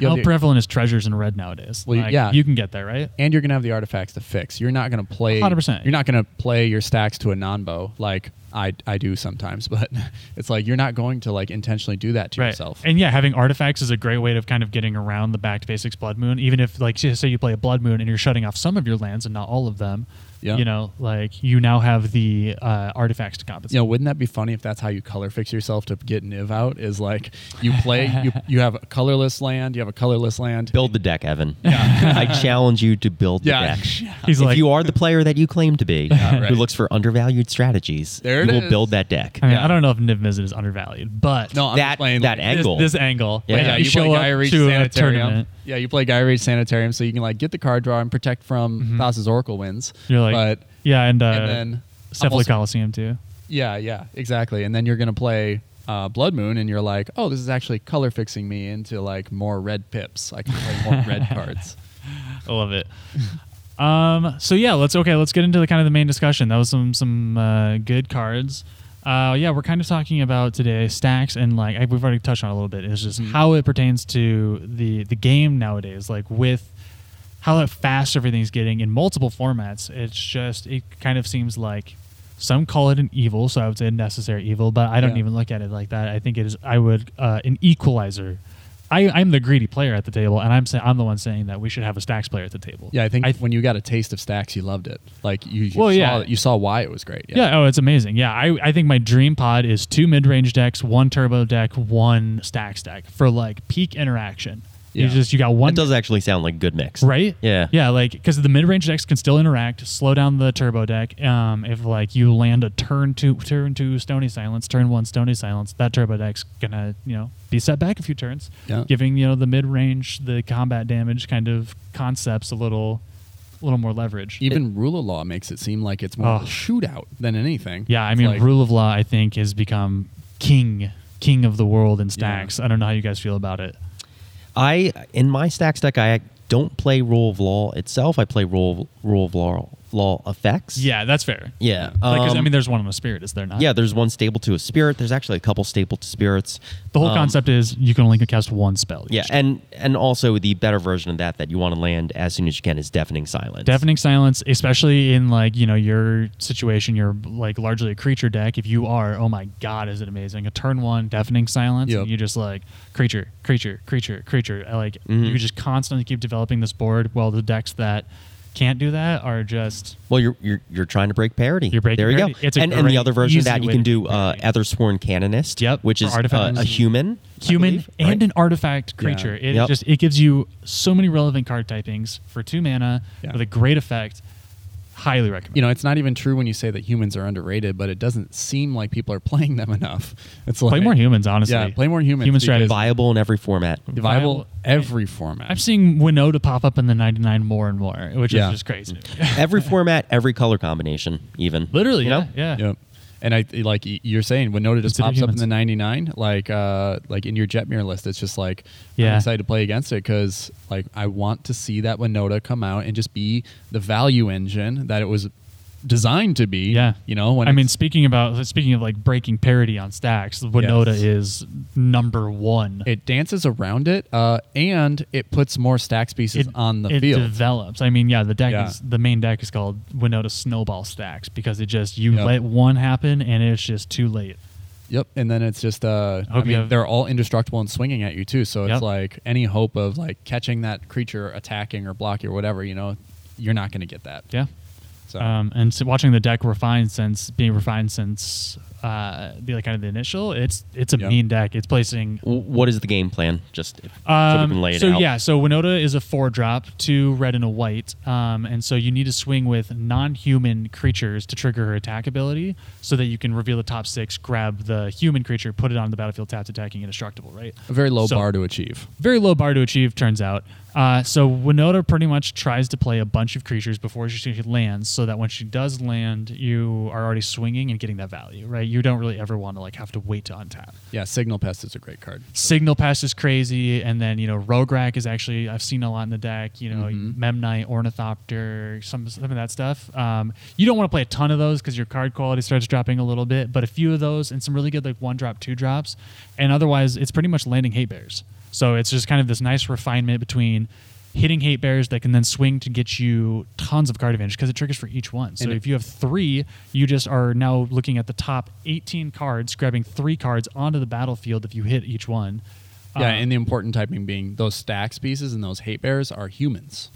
Speaker 3: Yeah,
Speaker 1: how
Speaker 3: the-
Speaker 1: prevalent is treasures in red nowadays?
Speaker 3: Well,
Speaker 1: Like,
Speaker 3: yeah.
Speaker 1: you can get there, right?
Speaker 3: and you're gonna have the artifacts to fix. You're not gonna play.
Speaker 1: 100%.
Speaker 3: You're not gonna play your stacks to a non-bow like I I do sometimes, (laughs) but it's like you're not going to like intentionally do that to
Speaker 1: Right.
Speaker 3: yourself.
Speaker 1: And yeah, having artifacts is a great way of kind of getting around the back to basics blood moon. Even if like say say you play a blood moon and you're shutting off some of your lands and not all of them,
Speaker 3: Yeah.
Speaker 1: you know, like you now have the uh, artifacts to compensate.
Speaker 3: you know, wouldn't that be funny if that's how you color fix yourself to get Niv out? Is like you play,
Speaker 1: (laughs)
Speaker 3: you, you have a colorless land, you have a colorless land.
Speaker 2: Build the deck, Evan. I challenge you to build
Speaker 3: Yeah.
Speaker 1: (laughs)
Speaker 2: the deck.
Speaker 1: He's
Speaker 2: if
Speaker 1: like-
Speaker 2: you are the player that you claim
Speaker 1: (laughs)
Speaker 2: to be,
Speaker 3: right.
Speaker 2: who looks for undervalued strategies,
Speaker 3: There it
Speaker 2: you will
Speaker 3: is.
Speaker 2: build that deck.
Speaker 1: I mean,
Speaker 3: Yeah.
Speaker 1: I don't know if Niv Mizzet is undervalued, but
Speaker 3: No, I'm
Speaker 2: that
Speaker 3: just playing
Speaker 2: that
Speaker 3: like,
Speaker 1: this,
Speaker 2: angle.
Speaker 1: this angle,
Speaker 2: Yeah.
Speaker 1: like,
Speaker 3: Yeah,
Speaker 1: you,
Speaker 3: you,
Speaker 1: show
Speaker 3: play
Speaker 1: up
Speaker 3: Guy Reach
Speaker 1: to a
Speaker 3: Sanitarium.
Speaker 1: tournament.
Speaker 3: Yeah, you play Guy Reach Sanitarium, so you can like get the card draw and protect from Thas's Oracle wins.
Speaker 1: Mm-hmm. You're like,
Speaker 3: but
Speaker 1: yeah, and, uh,
Speaker 3: and then
Speaker 1: Cephaly
Speaker 3: almost-
Speaker 1: Coliseum too.
Speaker 3: Yeah, yeah, exactly. And then you're gonna play uh, Blood Moon, and you're like, oh, this is actually color fixing me into like more red pips. I can play more
Speaker 1: (laughs)
Speaker 3: red cards.
Speaker 1: I love it. um. So yeah, let's okay. Let's get into the kind of the main discussion. That was some some uh, good cards. Uh, yeah, we're kind of talking about today stacks and like I, we've already touched on it a little bit. It's just
Speaker 3: Mm-hmm.
Speaker 1: how it pertains to the the game nowadays. Like with how fast everything's getting in multiple formats. It's just it kind of seems like some call it an evil, so I would say a necessary evil, but I don't
Speaker 3: Yeah.
Speaker 1: even look at it like that. I think it is I would uh, an equalizer. I, I'm the greedy player at the table, and I'm saying I'm the one saying that we should have a stacks player at the table.
Speaker 3: Yeah, I think
Speaker 1: I
Speaker 3: when you got a taste of stacks, you loved it. Like you, you
Speaker 1: Well,
Speaker 3: saw
Speaker 1: yeah.
Speaker 3: you saw why it was great.
Speaker 1: Yeah. Oh, it's amazing. Yeah. I, I think my dream pod is two mid range decks, one turbo deck, one stacks deck for like peak interaction. You
Speaker 3: Yeah.
Speaker 1: just, you got one.
Speaker 2: That does actually sound like good mix.
Speaker 1: Right?
Speaker 2: Yeah.
Speaker 1: Yeah. Like, because the mid range decks can still interact, slow down the turbo deck. Um, if like you land a turn two, turn two stony silence, turn one stony silence, that turbo deck's gonna, you know, be set back a few turns,
Speaker 3: Yeah.
Speaker 1: giving you know the mid range, the combat damage kind of concepts a little, little more leverage.
Speaker 3: Even rule of law makes it seem like it's more of
Speaker 1: Oh.
Speaker 3: a shootout than anything.
Speaker 1: Yeah, I
Speaker 3: It's
Speaker 1: mean,
Speaker 3: like-
Speaker 1: rule of law, I think, has become king, king of the world in stacks. I don't know how you guys feel about it.
Speaker 2: I in my stacks deck, I don't play rule of law itself. I play rule rule of law law effects.
Speaker 1: Yeah, that's fair.
Speaker 2: Yeah.
Speaker 1: Like, 'cause, I
Speaker 2: um,
Speaker 1: mean, there's one on the spirit, is there not?
Speaker 2: yeah. There's one stable to a spirit. There's actually a couple stable to spirits.
Speaker 1: The whole
Speaker 2: Um,
Speaker 1: concept is you can only cast one spell.
Speaker 2: Yeah,
Speaker 1: each.
Speaker 2: and and also the better version of that that you want to land as soon as you can is deafening silence.
Speaker 1: Deafening silence, especially in like you know your situation, you're like largely a creature deck. If you are, oh my god, is it amazing? A turn one deafening silence,
Speaker 3: Yep.
Speaker 1: and you just like creature, creature, creature, creature. Uh, Like
Speaker 2: Mm-hmm.
Speaker 1: you just constantly keep developing this board. While the decks that can't do that are just
Speaker 2: Well, you're you're you're trying to break parity.
Speaker 1: You're breaking
Speaker 2: there you
Speaker 1: parity.
Speaker 2: go.
Speaker 1: It's a
Speaker 2: and and
Speaker 1: great,
Speaker 2: the other version of
Speaker 1: easy
Speaker 2: that you
Speaker 1: way
Speaker 2: can
Speaker 1: to
Speaker 2: do
Speaker 1: break
Speaker 2: uh,
Speaker 1: parity.
Speaker 2: Ethersworn Canonist.
Speaker 1: Yep,
Speaker 2: which
Speaker 1: for
Speaker 2: is uh,
Speaker 1: artifacts.
Speaker 2: a human. I
Speaker 1: human
Speaker 2: believe,
Speaker 1: and
Speaker 2: right?
Speaker 1: an artifact creature. It
Speaker 2: Yep.
Speaker 1: just it gives you so many relevant card typings for two mana
Speaker 3: Yeah.
Speaker 1: with a great effect. Highly recommend.
Speaker 3: you know, it's not even true when you say that humans are underrated, but it doesn't seem like people are (laughs) playing them enough. It's like
Speaker 1: play more humans, honestly.
Speaker 3: Yeah, play more humans
Speaker 1: Human
Speaker 3: because-
Speaker 1: strategy.
Speaker 2: Viable in every format.
Speaker 3: viable
Speaker 1: Viable.
Speaker 3: every format.
Speaker 1: I'm seeing Winota pop up in the 99 more and more, which
Speaker 3: Yeah.
Speaker 1: is just crazy.
Speaker 3: Mm.
Speaker 2: Every format, every color combination, even.
Speaker 1: (laughs) Literally,
Speaker 2: You
Speaker 1: yeah,
Speaker 2: know?
Speaker 1: yeah.
Speaker 3: Yep. And I like y- you're saying when Noda just
Speaker 1: Consider
Speaker 3: pops up in
Speaker 1: humans.
Speaker 3: the 99, like uh like in your Jetmir list, it's just like I'm
Speaker 1: Yeah.
Speaker 3: excited to play against it because like I want to see that Winota come out and just be the value engine that it was designed to be.
Speaker 1: Yeah.
Speaker 3: You know, when
Speaker 1: I mean,
Speaker 3: it's-
Speaker 1: speaking about speaking of like breaking parity on stacks, Winota
Speaker 3: Yes.
Speaker 1: is number one.
Speaker 3: it dances around it, uh, and it puts more stacks pieces on the
Speaker 1: it
Speaker 3: field.
Speaker 1: develops. I mean, yeah, the deck
Speaker 3: Yeah.
Speaker 1: is the main deck is called Winota Snowball Stacks because it just you
Speaker 3: Yep.
Speaker 1: let one happen and it's just too late.
Speaker 3: Yep, and then it's just uh, I,
Speaker 1: Hope you
Speaker 3: mean,
Speaker 1: have-
Speaker 3: they're all indestructible and swinging at you too. So it's
Speaker 1: Yep.
Speaker 3: like any hope of like catching that creature, attacking or blocking or whatever, you know, you're not going to get that.
Speaker 1: Yeah.
Speaker 3: So
Speaker 1: Um, and so watching the deck refine since being refined since uh, the like kind of the initial, it's it's a
Speaker 3: Yep.
Speaker 1: mean deck. It's placing
Speaker 2: W- What is the game plan? Just if, so we
Speaker 1: Um,
Speaker 2: can lay it
Speaker 1: so
Speaker 2: out.
Speaker 1: yeah, so Winota is a four drop, two red and a white, um, and so you need to swing with non-human creatures to trigger her attack ability, so that you can reveal the top six, grab the human creature, put it on the battlefield, tapped, attacking, indestructible. Right.
Speaker 3: a very low
Speaker 1: so-
Speaker 3: bar to achieve.
Speaker 1: Very low bar to achieve, turns out. Uh, so Winota pretty much tries to play a bunch of creatures before she lands, so that when she does land, you are already swinging and getting that value. Right. You don't really ever want to like have to wait to untap.
Speaker 3: Yeah, Signal Pest is a great card.
Speaker 1: Signal Pass is crazy, and then you know Rograk is actually I've seen a lot in the deck. You know
Speaker 3: Mhm.
Speaker 1: Memnite, Ornithopter, some some of that stuff. Um, you don't want to play a ton of those because your card quality starts dropping a little bit, but a few of those and some really good like one drop, two drops, and otherwise it's pretty much landing hate bears. So it's just kind of this nice refinement between hitting hate bears that can then swing to get you tons of card advantage because it triggers for each one. So
Speaker 3: And it-
Speaker 1: if you have three, you just are now looking at the top 18 cards, grabbing three cards onto the battlefield if you hit each one.
Speaker 3: yeah,
Speaker 1: Uh,
Speaker 3: and the important typing being those stacks pieces and those hate bears are humans.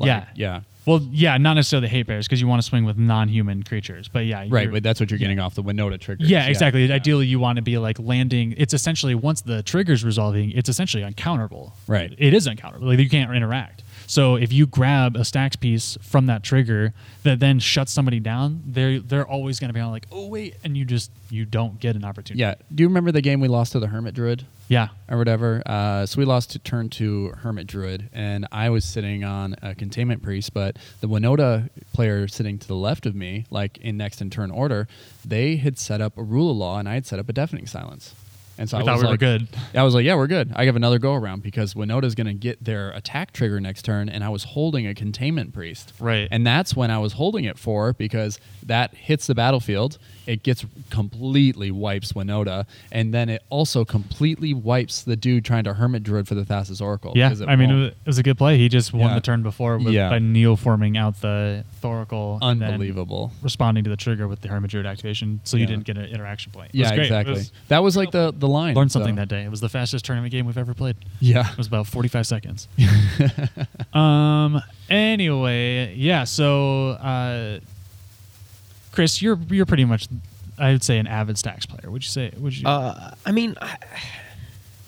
Speaker 1: Yeah.
Speaker 3: yeah,
Speaker 1: well, yeah, not necessarily the hate bears because you want to swing with non-human creatures, but yeah,
Speaker 3: right.
Speaker 1: you're-
Speaker 3: But that's what you're getting off the Winota triggers.
Speaker 1: yeah, exactly.
Speaker 3: yeah.
Speaker 1: Ideally, you want to be like landing. It's essentially once the trigger's resolving, it's essentially uncounterable.
Speaker 3: Right.
Speaker 1: It is uncounterable. Like you can't interact. So if you grab a stacks piece from that trigger that then shuts somebody down, they're they're always going to be on like, oh wait, and you just you don't get an opportunity.
Speaker 3: Yeah. Do you remember the game we lost to the Hermit Druid?
Speaker 1: Yeah.
Speaker 3: or whatever. Uh, so we lost to turn to Hermit Druid, and I was sitting on a containment priest, but the Winota player sitting to the left of me, like in next in turn order, they had set up a rule of law, and I had set up a deafening silence. And so
Speaker 1: We
Speaker 3: I
Speaker 1: thought
Speaker 3: was
Speaker 1: we were
Speaker 3: like-
Speaker 1: good.
Speaker 3: I was like, yeah, we're good. I have another go around because Winota's going to get their attack trigger next turn, and I was holding a containment priest.
Speaker 1: Right.
Speaker 3: And that's when I was holding it for because that hits the battlefield. It gets completely wipes Winota, and then it also completely wipes the dude trying to Hermit Druid for the Thassa's Oracle.
Speaker 1: Yeah,
Speaker 3: 'cause it
Speaker 1: I mean, it was,
Speaker 3: won't.
Speaker 1: it was a good play. He just won
Speaker 3: Yeah.
Speaker 1: the turn before with,
Speaker 3: Yeah.
Speaker 1: by Neil forming out the thoracle. and then
Speaker 3: unbelievable.
Speaker 1: responding to the trigger with the Hermit Druid activation, so
Speaker 3: Yeah.
Speaker 1: you didn't get an interaction point. It was
Speaker 3: Yeah,
Speaker 1: great. It
Speaker 3: exactly.
Speaker 1: was-
Speaker 3: that was like the the line.
Speaker 1: learned something
Speaker 3: so-
Speaker 1: that day. It was the fastest tournament game we've ever played.
Speaker 3: Yeah.
Speaker 1: It was about 45
Speaker 3: (laughs)
Speaker 1: seconds. um. Anyway, yeah. So, uh, Chris, you're you're pretty much, I would say, an avid stacks player. Would you say? Would you?
Speaker 2: Uh, I mean, (sighs) I-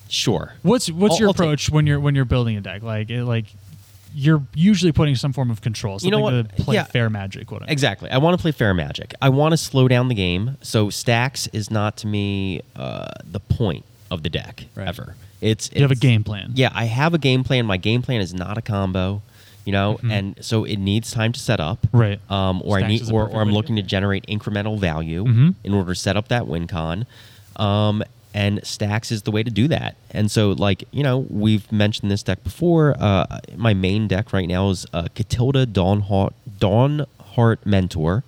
Speaker 2: sure.
Speaker 1: What's what's
Speaker 2: I'll-
Speaker 1: your
Speaker 2: I'll take-
Speaker 1: approach when you're when you're building a deck? Like it, like you're usually putting some form of control,
Speaker 2: You
Speaker 1: something
Speaker 2: know
Speaker 1: to
Speaker 2: what?
Speaker 1: play
Speaker 2: Yeah.
Speaker 1: fair magic. What
Speaker 2: Exactly. I want to play fair magic. I want to slow down the game. So stacks is not to me uh, the point of the deck
Speaker 3: Right.
Speaker 2: ever. It's
Speaker 1: you have a
Speaker 2: it's-
Speaker 1: game plan.
Speaker 2: Yeah, I have a game plan. My game plan is not a combo, you know, and so it needs time to set up.
Speaker 1: Right.
Speaker 2: Um, or I
Speaker 1: Mm-hmm. Stacks
Speaker 2: need,
Speaker 1: is a
Speaker 2: or,
Speaker 1: perfect
Speaker 2: or I'm
Speaker 1: way to
Speaker 2: looking
Speaker 1: do
Speaker 2: to
Speaker 1: it.
Speaker 2: generate incremental value
Speaker 1: Mhm.
Speaker 2: in order to set up that win con. Um, and stacks is the way to do that. And so, like you know, we've mentioned this deck before. Uh, my main deck right now is uh, Catilda Dawnheart, Dawnheart Mentor,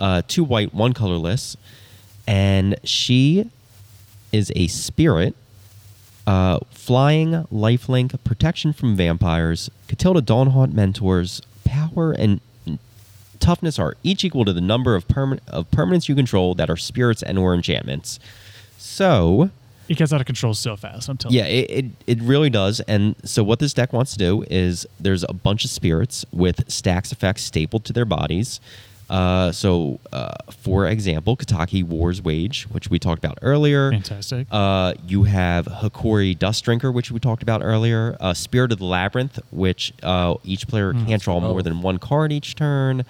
Speaker 2: uh, two white, one colorless, and she is a spirit uh, flying, lifelink, protection from vampires, Catilda Dawnhaunt mentors, power and toughness are each equal to the number of, perma- of permanents you control that are spirits and or enchantments. So,
Speaker 1: It gets out of control so fast. I'm telling
Speaker 2: yeah, it, it, it really does. And so, what this deck wants to do is there's a bunch of spirits with stacks effects stapled to their bodies. Uh, so, uh, for example, Kataki War's Wage, which we talked about earlier.
Speaker 1: Fantastic.
Speaker 2: Uh, you have Hikori Dust Drinker, which we talked about earlier. Uh, Spirit of the Labyrinth, which uh, each player can't draw more
Speaker 3: cool.
Speaker 2: than one card each turn.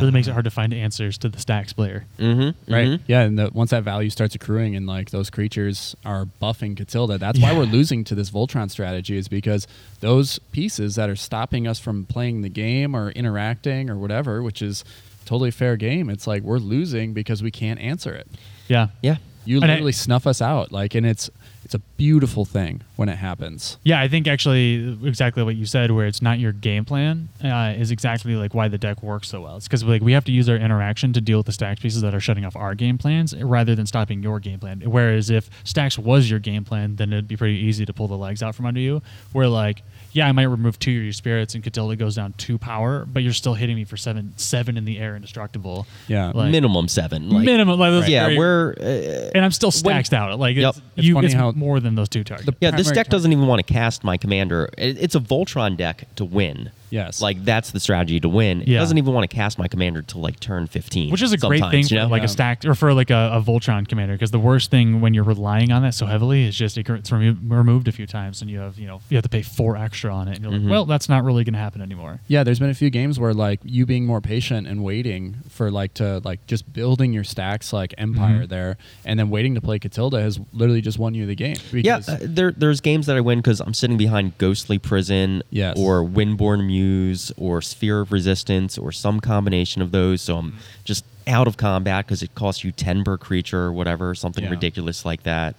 Speaker 1: really makes it hard to find answers to the stacks player.
Speaker 2: Mm-hmm.
Speaker 3: Right. Yeah, and the, once that value starts accruing and like those creatures are buffing Catilda, that's why we're losing to this Voltron strategy is because those pieces that are stopping us from playing the game or interacting or whatever, which is totally fair game, it's like we're losing because we can't answer it.
Speaker 1: Yeah.
Speaker 2: Yeah.
Speaker 3: You
Speaker 1: And I-
Speaker 3: literally snuff us out like and it's it's a beautiful thing when it happens.
Speaker 1: Yeah, I think actually exactly what you said, where it's not your game plan, uh, is exactly like why the deck works so well. It's because like we have to use our interaction to deal with the stacks pieces that are shutting off our game plans, eh, rather than stopping your game plan. Whereas if stacks was your game plan, then it'd be pretty easy to pull the legs out from under you. Where like, yeah, I might remove two of your spirits and Catilda goes down two power, but you're still hitting me for seven, seven in the air, indestructible.
Speaker 3: Yeah.
Speaker 1: Like-
Speaker 2: minimum seven. Like,
Speaker 1: Minimum, like, those
Speaker 2: Yeah,
Speaker 1: very-
Speaker 2: we're. Uh,
Speaker 1: and I'm still stacked out. Like,
Speaker 2: Yep.
Speaker 1: it's,
Speaker 3: It's
Speaker 1: you,
Speaker 3: funny
Speaker 1: it's
Speaker 3: how-
Speaker 1: more than those two targets.
Speaker 2: yeah, this deck
Speaker 3: primary target.
Speaker 2: doesn't even want to cast my commander. It, it's a Voltron deck to win.
Speaker 3: Yes.
Speaker 2: Like that's the strategy to win. It
Speaker 1: Yeah.
Speaker 2: doesn't even want to cast my commander till like turn fifteen,
Speaker 1: which is a great
Speaker 2: sometimes,
Speaker 1: thing for
Speaker 2: You know?
Speaker 1: like
Speaker 3: Yeah.
Speaker 1: a stacked or for like a, a Voltron commander because the worst thing when you're relying on that so heavily is just it gets remo- removed a few times and you have you know you have to pay four extra on it and you're
Speaker 3: Mm-hmm.
Speaker 1: like well that's not really going to happen anymore
Speaker 3: Yeah, there's been a few games where like you being more patient and waiting for like to like just building your stacks like
Speaker 2: Mm-hmm.
Speaker 3: empire there and then waiting to play Catilda has literally just won you the game.
Speaker 2: Yeah,
Speaker 3: Because
Speaker 2: uh, there, there's games that I win because I'm sitting behind Ghostly Prison
Speaker 3: Yes.
Speaker 2: or Windborn Muse or Sphere of Resistance or some combination of those. So I'm just out of combat because it costs you 10 per creature or whatever, something
Speaker 3: Yeah.
Speaker 2: ridiculous like that.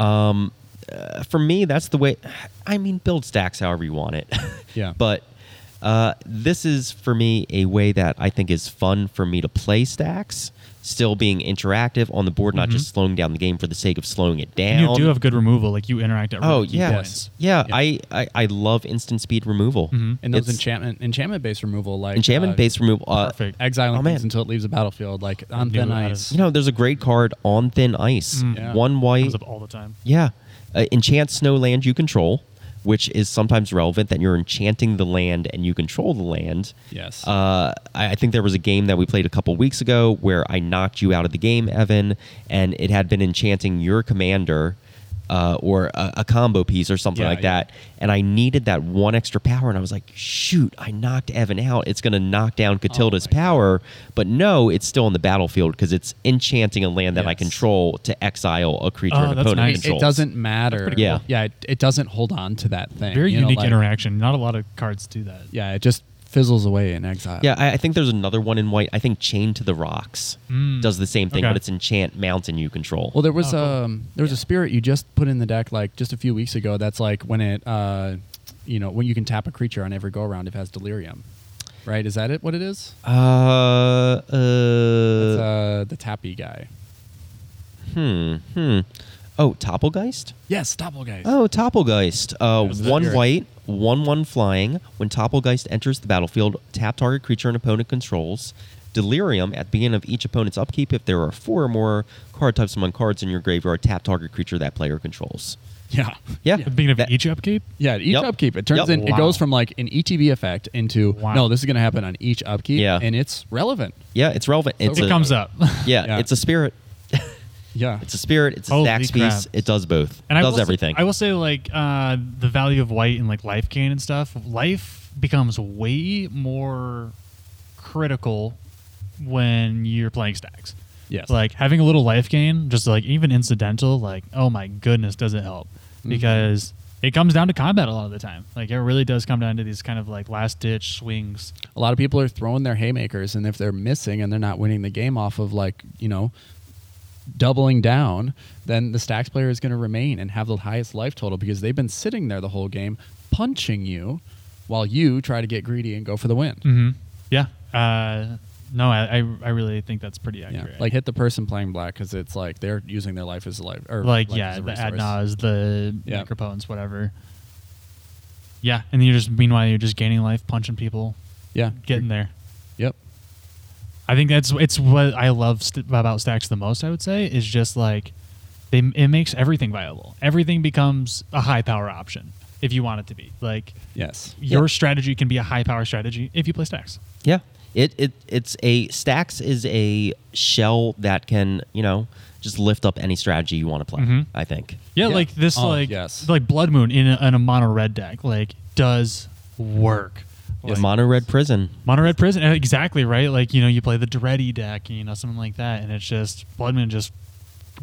Speaker 2: Um, uh, for me, that's the way. I mean, build stacks however you want it. (laughs)
Speaker 3: Yeah.
Speaker 2: but uh, this is for me a way that I think is fun for me to play stacks. Still being interactive on the board, not just slowing down the game for the sake of slowing it down.
Speaker 1: and you do have good removal like you interact at
Speaker 2: Oh
Speaker 1: really key
Speaker 2: yeah,
Speaker 1: points.
Speaker 2: yeah.
Speaker 3: Yeah.
Speaker 2: I, I I love instant speed removal
Speaker 3: and those
Speaker 2: It's
Speaker 3: enchantment enchantment based removal like
Speaker 2: enchantment
Speaker 3: uh,
Speaker 2: based removal. Uh,
Speaker 1: perfect.
Speaker 3: exiling
Speaker 2: Oh,
Speaker 3: things
Speaker 2: man.
Speaker 3: until it leaves the battlefield like on
Speaker 1: knew
Speaker 3: thin
Speaker 1: how to-
Speaker 3: ice.
Speaker 2: You know, there's a great card on thin ice.
Speaker 3: Yeah.
Speaker 2: One
Speaker 1: comes
Speaker 2: white.
Speaker 1: up all the time
Speaker 2: Yeah, uh, enchant snow land you control, which is sometimes relevant that you're enchanting the land and you control the land.
Speaker 3: yes.
Speaker 2: Uh, I, I think there was a game that we played a couple weeks ago where I knocked you out of the game, Evan, and it had been enchanting your commander uh, or a, a combo piece or something
Speaker 3: Yeah,
Speaker 2: like
Speaker 3: yeah.
Speaker 2: that. And I needed that one extra power, and I was like, shoot, I knocked Evan out. It's going to knock down Catilda's
Speaker 3: Oh my God.
Speaker 2: power. But no, it's still on the battlefield because it's enchanting a land that I
Speaker 3: Yes.
Speaker 2: control to exile a creature
Speaker 1: Oh,
Speaker 2: an
Speaker 1: that's
Speaker 2: opponent
Speaker 1: nice.
Speaker 3: it,
Speaker 2: controls.
Speaker 3: it doesn't matter.
Speaker 2: cool. Yeah.
Speaker 3: Yeah, it, it doesn't hold on to that thing.
Speaker 1: very
Speaker 3: you know,
Speaker 1: unique
Speaker 3: like-
Speaker 1: interaction not a lot of cards do that
Speaker 3: Yeah, it just fizzles away in exile.
Speaker 2: Yeah, I, I think there's another one in white. I think Chained to the Rocks
Speaker 3: Hmm.
Speaker 2: does the same thing,
Speaker 1: Okay.
Speaker 2: but it's enchant mountain you control.
Speaker 3: Well, there was
Speaker 1: Oh, cool.
Speaker 3: um there was a spirit you just put in the deck like just a few weeks ago. That's like when it uh you know when you can tap a creature on every go around if it has delirium, right? Is that it? What it is?
Speaker 2: Uh, uh,
Speaker 3: That's uh, the tappy guy.
Speaker 2: hmm, hmm. Oh, Toppelgeist?
Speaker 3: Yes, Doppelgeist.
Speaker 2: Oh, Toppelgeist. Uh,
Speaker 1: There's the
Speaker 2: one
Speaker 1: spirit.
Speaker 2: white, one one flying. When Toppelgeist enters the battlefield, tap target creature an opponent controls. Delirium at the beginning of each opponent's upkeep. If there are four or more card types among cards in your graveyard, tap target creature that player controls.
Speaker 3: Yeah. (laughs)
Speaker 2: Yeah.
Speaker 1: at the beginning of
Speaker 2: That-
Speaker 1: each upkeep
Speaker 3: Yeah, each
Speaker 2: Yep.
Speaker 3: upkeep. It turns
Speaker 2: Yep.
Speaker 3: in it
Speaker 1: Wow.
Speaker 3: goes from like an ETB effect into
Speaker 1: Wow.
Speaker 3: no, this is gonna happen on each upkeep.
Speaker 2: Yeah.
Speaker 3: And it's relevant.
Speaker 2: Yeah, it's relevant. It's
Speaker 1: it
Speaker 2: a-
Speaker 1: comes up (laughs)
Speaker 2: Yeah,
Speaker 3: Yeah.
Speaker 2: it's a spirit.
Speaker 3: Yeah.
Speaker 2: It's a spirit. It's a
Speaker 1: Holy
Speaker 2: stacks
Speaker 1: crap.
Speaker 2: piece. It does both.
Speaker 1: and
Speaker 2: it
Speaker 1: I
Speaker 2: does
Speaker 1: will say-
Speaker 2: everything.
Speaker 1: I will say, like uh, the value of white and like life gain and stuff. Life becomes way more critical when you're playing stacks.
Speaker 3: Yes.
Speaker 1: Like having a little life gain, just like even incidental, like oh my goodness, does it help? Because it comes down to combat a lot of the time. Like it really does come down to these kind of like last ditch swings.
Speaker 3: a lot of people are throwing their haymakers and if they're missing and they're not winning the game off of like you know doubling down then the stacks player is going to remain and have the highest life total because they've been sitting there the whole game punching you while you try to get greedy and go for the win
Speaker 1: Mm-hmm. Yeah. Uh, no, I, I I really think that's pretty
Speaker 3: yeah
Speaker 1: accurate.
Speaker 3: like hit the person playing black because it's like they're using their life as a life or
Speaker 1: like
Speaker 3: life
Speaker 1: yeah,
Speaker 3: as a
Speaker 1: the
Speaker 3: resource.
Speaker 1: adnas, the
Speaker 3: Yeah.
Speaker 1: microphones, whatever. Yeah, and you're just meanwhile you're just gaining life, punching people,
Speaker 3: yeah
Speaker 1: getting there.
Speaker 3: yep
Speaker 1: I think that's it's what I love st- about stacks the most. I would say is just like they it makes everything viable. Everything becomes a high power option if you want it to be. Like
Speaker 3: yes
Speaker 1: your
Speaker 2: Yeah.
Speaker 1: strategy can be a high power strategy if you play stacks.
Speaker 2: Yeah. It, it it's a stacks is a shell that can you know just lift up any strategy you want to play.
Speaker 1: Mhm.
Speaker 2: I think.
Speaker 1: Yeah,
Speaker 3: Yeah.
Speaker 1: like this,
Speaker 3: Oh,
Speaker 1: like
Speaker 3: yes.
Speaker 1: like Blood Moon in a, in a mono red deck, like does work. Like-
Speaker 2: Mono Red Prison.
Speaker 1: Mono Red Prison, uh, exactly right. Like you know, you play the Dready deck, you know, something like that, and it's just Bloodman just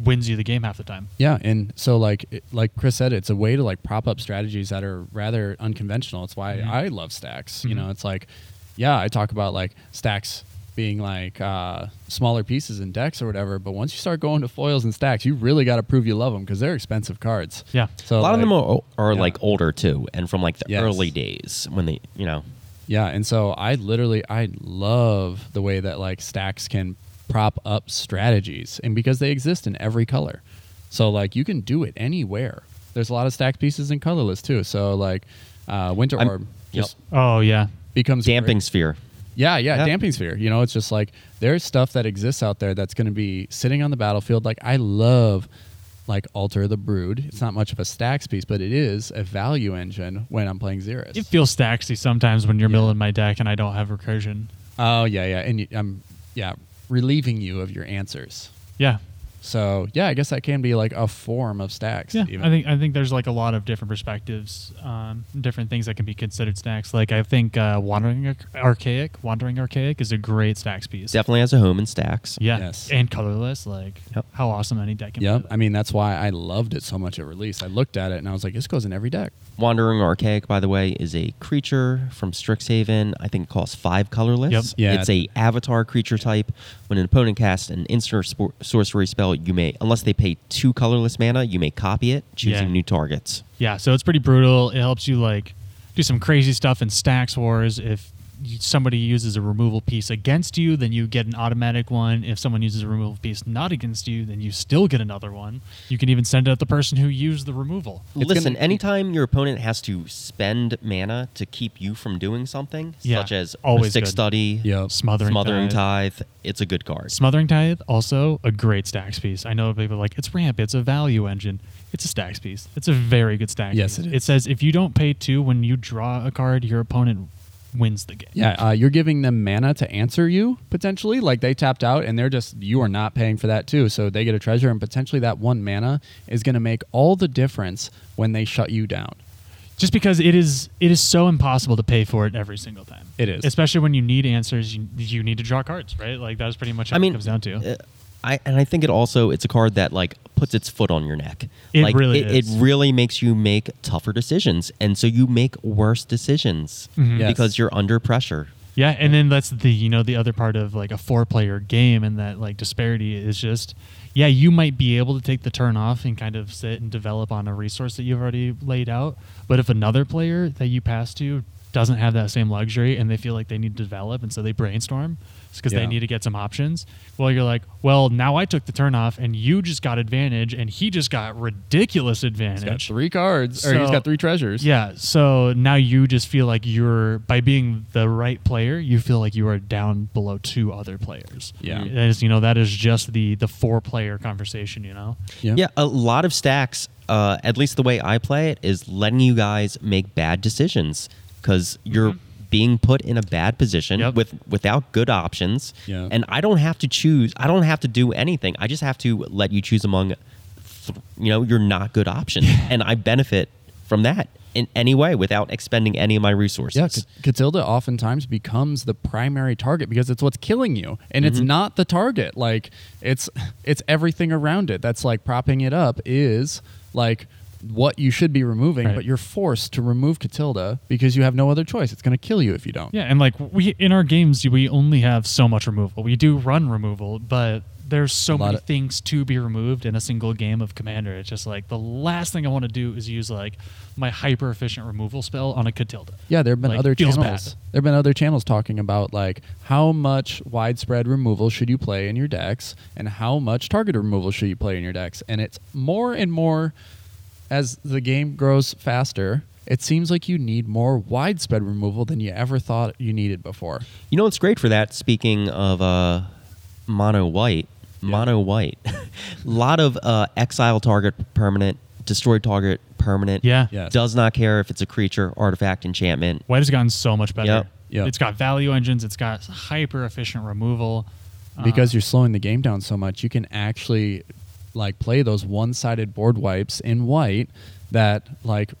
Speaker 1: wins you the game half the time.
Speaker 3: Yeah, and so like it- like Chris said, it's a way to like prop up strategies that are rather unconventional. It's why
Speaker 2: Mm-hmm.
Speaker 1: Mhm.
Speaker 3: I love stacks. You know,
Speaker 1: Mhm.
Speaker 3: it's like, yeah, I talk about like stacks being like uh, smaller pieces in decks or whatever, but once you start going to foils and stacks, you really got to prove you love them because they're expensive cards.
Speaker 1: Yeah.
Speaker 3: So
Speaker 2: a lot of
Speaker 3: like-
Speaker 2: them are, are
Speaker 3: yeah.
Speaker 2: like older too, and from like the
Speaker 3: Yes.
Speaker 2: early days when they, you know,
Speaker 3: Yeah, and so I literally I love the way that like stacks can prop up strategies and because they exist in every color. So like you can do it anywhere. There's a lot of stacked pieces in colorless too. So like uh, winter
Speaker 2: I'm-
Speaker 3: orb
Speaker 2: yep.
Speaker 3: just
Speaker 1: Oh yeah,
Speaker 3: becomes great.
Speaker 2: damping sphere.
Speaker 3: Yeah, yeah,
Speaker 2: Yeah.
Speaker 3: damping sphere. You know, it's just like there's stuff that exists out there that's going to be sitting on the battlefield. Like I love like alter the brood. It's not much of a stacks piece, but it is a value engine when I'm playing Xeris.
Speaker 1: it feels stacksy sometimes when you're
Speaker 3: Yeah.
Speaker 1: milling my deck and I don't have recursion.
Speaker 3: Oh yeah, yeah, and you, I'm yeah relieving you of your answers.
Speaker 1: Yeah,
Speaker 3: So yeah, I guess that can be like a form of stacks.
Speaker 1: yeah.
Speaker 3: even.
Speaker 1: I think I think there's like a lot of different perspectives, um, different things that can be considered stacks. Like I think uh, wandering Arch- archaic, wandering archaic is a great stacks piece.
Speaker 2: Definitely has a home in stacks.
Speaker 1: Yeah,
Speaker 3: Yes.
Speaker 1: and colorless. Like
Speaker 2: Yep.
Speaker 1: how awesome any deck can
Speaker 3: yeah,
Speaker 1: be.
Speaker 3: I mean that's why I loved it so much at release. I looked at it and I was like, this goes in every deck.
Speaker 2: Wandering Archaic, by the way, is a creature from Strixhaven. I think it costs five colorless.
Speaker 1: Yep.
Speaker 3: Yeah.
Speaker 2: It's a avatar creature type. When an opponent casts an instant or spor- sorcery spell, you may, unless they pay two colorless mana, you may copy it, choosing
Speaker 1: Yeah.
Speaker 2: new targets.
Speaker 1: Yeah, so it's pretty brutal. It helps you like do some crazy stuff in stacks wars. If you- somebody uses a removal piece against you, then you get an automatic one. If someone uses a removal piece not against you, then you still get another one. You can even send it at the person who used the removal.
Speaker 3: It's
Speaker 2: Listen,
Speaker 3: gonna-
Speaker 2: anytime your opponent has to spend mana to keep you from doing something,
Speaker 1: Yeah,
Speaker 2: such as
Speaker 1: always
Speaker 2: Mystic
Speaker 1: good.
Speaker 2: Study,
Speaker 3: Yeah.
Speaker 1: Smothering,
Speaker 2: Smothering
Speaker 1: Tithe.
Speaker 2: Tithe, it's a good card.
Speaker 1: Smothering Tithe, also a great stacks piece. I know people are like, it's ramp, it's a value engine. It's a stacks piece. It's a very good stacks
Speaker 3: Yes,
Speaker 1: piece.
Speaker 3: it
Speaker 1: It
Speaker 3: is.
Speaker 1: says if you don't pay two when you draw a card, your opponent wins the game.
Speaker 3: Yeah, uh, you're giving them mana to answer you potentially. Like they tapped out and they're just you are not paying for that too. So they get a treasure and potentially that one mana is going to make all the difference when they shut you down.
Speaker 1: just because it is it is so impossible to pay for it every single time.
Speaker 3: It is.
Speaker 1: especially when you need answers. You, you need to draw cards, right? Like that's pretty much
Speaker 2: I
Speaker 1: what
Speaker 2: mean,
Speaker 1: it comes down to.
Speaker 2: uh, I and I think it also it's a card that like puts its foot on your neck.
Speaker 1: It
Speaker 2: like,
Speaker 1: really
Speaker 2: it, it
Speaker 1: is.
Speaker 2: really makes you make tougher decisions, and so you make worse decisions
Speaker 1: Mhm.
Speaker 3: Yes.
Speaker 2: because you're under pressure.
Speaker 1: yeah, and then that's the you know the other part of like a four player game, and that like disparity is just yeah you might be able to take the turn off and kind of sit and develop on a resource that you've already laid out, but if another player that you pass to doesn't have that same luxury and they feel like they need to develop and so they brainstorm because
Speaker 3: Yeah.
Speaker 1: they need to get some options. Well, you're like, well, now I took the turn off, and you just got advantage, and he just got ridiculous
Speaker 3: He's got
Speaker 1: advantage.
Speaker 3: three cards or he's
Speaker 1: So-
Speaker 3: got three treasures.
Speaker 1: Yeah. So now you just feel like you're by being the right player, you feel like you are down below two other players.
Speaker 3: Yeah.
Speaker 1: That is, you know, that is just the the four player conversation. You know.
Speaker 3: Yeah.
Speaker 2: Yeah, a lot of stacks. Uh, at least the way I play it is letting you guys make bad decisions because you're being put in a bad position
Speaker 1: Yep.
Speaker 2: with without good options.
Speaker 3: Yeah.
Speaker 2: And I don't have to choose. I don't have to do anything. I just have to let you choose among, th- you know, your not good options, and I benefit from that in any way without expending any of my resources.
Speaker 3: Yeah, Cat- Catilda oftentimes becomes the primary target because it's what's killing you, and it's not the target. Like it's it's everything around it that's like propping it up is like what you should be removing,
Speaker 1: Right.
Speaker 3: but you're forced to remove Catilda because you have no other choice. It's going to kill you if you don't.
Speaker 1: Yeah, and like we in our games, we only have so much removal. We do run removal, but there's so
Speaker 3: A lot
Speaker 1: many
Speaker 3: of-
Speaker 1: things to be removed in a single game of Commander. It's just like the last thing I want to do is use like my hyper efficient removal spell on a Catilda.
Speaker 3: Yeah, there have been
Speaker 1: Like,
Speaker 3: other
Speaker 1: feels bad.
Speaker 3: channels. There have been other channels talking about like how much widespread removal should you play in your decks, and how much target removal should you play in your decks. And it's more and more as the game grows faster. It seems like you need more widespread removal than you ever thought you needed before.
Speaker 1: Uh-huh.
Speaker 2: You know what's great for that? Speaking of uh, mono white, mono white, (laughs) a lot of uh, exile target permanent, destroy target permanent.
Speaker 1: Yeah.
Speaker 3: Yes.
Speaker 2: Does not care if it's a creature, artifact, enchantment.
Speaker 1: White has gotten so much better.
Speaker 2: Yep.
Speaker 3: Yep.
Speaker 1: It's got value engines. It's got hyper efficient removal. Uh,
Speaker 3: because you're slowing the game down so much, you can actually like play those one-sided board wipes in white that like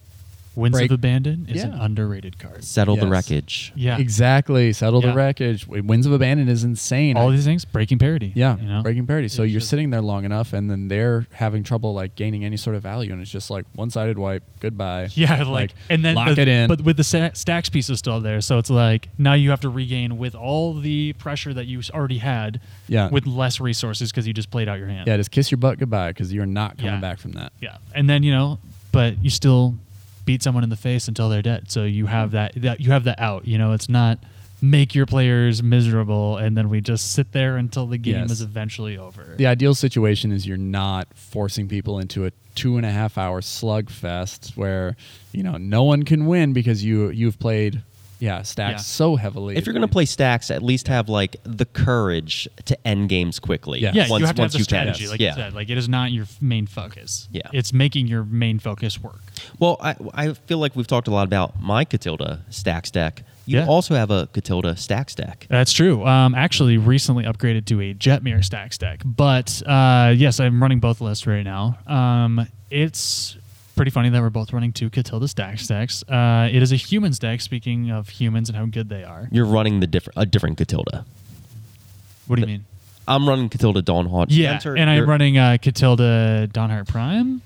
Speaker 1: Winds
Speaker 3: Break-
Speaker 1: of Abandon is an
Speaker 3: Yeah.
Speaker 1: underrated card.
Speaker 2: Settle the
Speaker 3: Yes.
Speaker 2: wreckage.
Speaker 1: Yeah.
Speaker 3: Exactly. Settle
Speaker 1: Yeah.
Speaker 3: the wreckage. Wait, Winds of Abandon is insane.
Speaker 1: All these things, breaking parity.
Speaker 3: yeah,
Speaker 1: You know?
Speaker 3: breaking parity. So
Speaker 1: It's
Speaker 3: you're
Speaker 1: just-
Speaker 3: sitting there long enough, and then they're having trouble like gaining any sort of value, and it's just like one-sided wipe. Goodbye.
Speaker 1: (laughs) Yeah, like, and then
Speaker 3: lock
Speaker 1: the-
Speaker 3: it in.
Speaker 1: But with the sa- stacks piece is still there, so it's like now you have to regain with all the pressure that you s- already had.
Speaker 3: Yeah.
Speaker 1: With less resources because you just played out your hand.
Speaker 3: yeah, just kiss your butt goodbye because you're not coming
Speaker 1: Yeah.
Speaker 3: back from that.
Speaker 1: Yeah, and then you know, but you still beat someone in the face until they're dead. So you have that that you have that out. You know, it's not make your players miserable and then we just sit there until the game
Speaker 3: Yes.
Speaker 1: is eventually over.
Speaker 3: The ideal situation is you're not forcing people into a two and a half hour slugfest where you know no one can win because you you've played yeah stacks
Speaker 1: Yeah.
Speaker 3: so heavily.
Speaker 2: If you're going to play stacks, at least have like the courage to end games quickly.
Speaker 3: Yeah.
Speaker 1: Yeah,
Speaker 2: once,
Speaker 1: you have to have
Speaker 2: once
Speaker 1: the
Speaker 2: you can.
Speaker 1: strategy, like
Speaker 2: yeah.
Speaker 1: you said. Like it is not your f- main focus.
Speaker 2: Yeah.
Speaker 1: it's making your main focus work.
Speaker 2: Well, I, I feel like we've talked a lot about my Catilda stacks deck. You
Speaker 1: Yeah.
Speaker 2: also have a Catilda stacks deck.
Speaker 1: That's true. Um, actually, recently upgraded to a Jetmir Stacks deck, but uh, yes, I'm running both lists right now. Um, it's pretty funny that we're both running two Catilda Stacks decks. Uh, it is a humans deck. Speaking of humans and how good they are,
Speaker 2: You're running the different a different Catilda.
Speaker 1: what do you mean?
Speaker 2: I'm running Catilda Dawnhaunt.
Speaker 1: Yeah,
Speaker 2: Spencer,
Speaker 1: and I'm
Speaker 2: you're-
Speaker 1: running uh, Catilda Donhart Prime.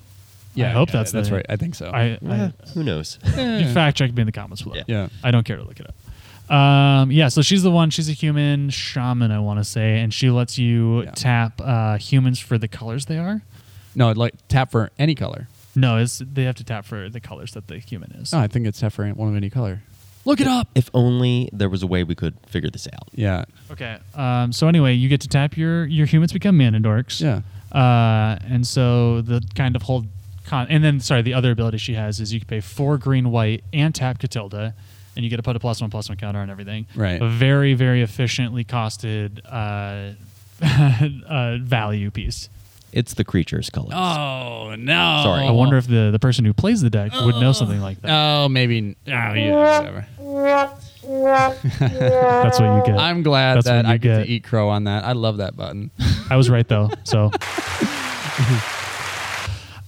Speaker 1: I hope that's
Speaker 3: that's
Speaker 1: the-
Speaker 3: right. I think so. Eh.
Speaker 1: I,
Speaker 2: Eh,
Speaker 1: I
Speaker 2: who knows? (laughs)
Speaker 1: You fact check me in the comments below.
Speaker 2: Yeah.
Speaker 3: Hmm. Yeah.
Speaker 1: I don't care to look it up. Um, yeah, so she's the one. She's a human shaman, I want to say, and she lets you
Speaker 3: Yeah.
Speaker 1: tap uh, humans for the colors they are.
Speaker 3: no, I'd like tap for any color.
Speaker 1: No, it's they have to tap for the colors that the human is.
Speaker 3: No, I think it's tap for one of any color. Look it up.
Speaker 2: if only there was a way we could figure this out.
Speaker 3: Yeah.
Speaker 1: Okay. Um, so anyway, you get to tap your your humans become manadorks.
Speaker 3: Yeah.
Speaker 1: Uh, and so the kind of whole con and then sorry, the other ability she has is you can pay four green white and tap Catilda, and you get to put a plus one plus one counter on everything.
Speaker 3: Right.
Speaker 1: A very very efficiently costed uh, (laughs) uh, value piece.
Speaker 2: It's the creature's colors.
Speaker 3: Oh no.
Speaker 2: Sorry.
Speaker 1: I wonder if the the person who plays the deck would know something like that.
Speaker 3: Oh, maybe. Oh, yeah. Whatever.
Speaker 1: That's what you get.
Speaker 3: Uh, I'm glad
Speaker 1: That's what
Speaker 3: that
Speaker 1: you
Speaker 3: I get,
Speaker 1: get.
Speaker 3: to eat crow on that. I love that
Speaker 1: (laughs)
Speaker 3: button.
Speaker 1: I was right though. So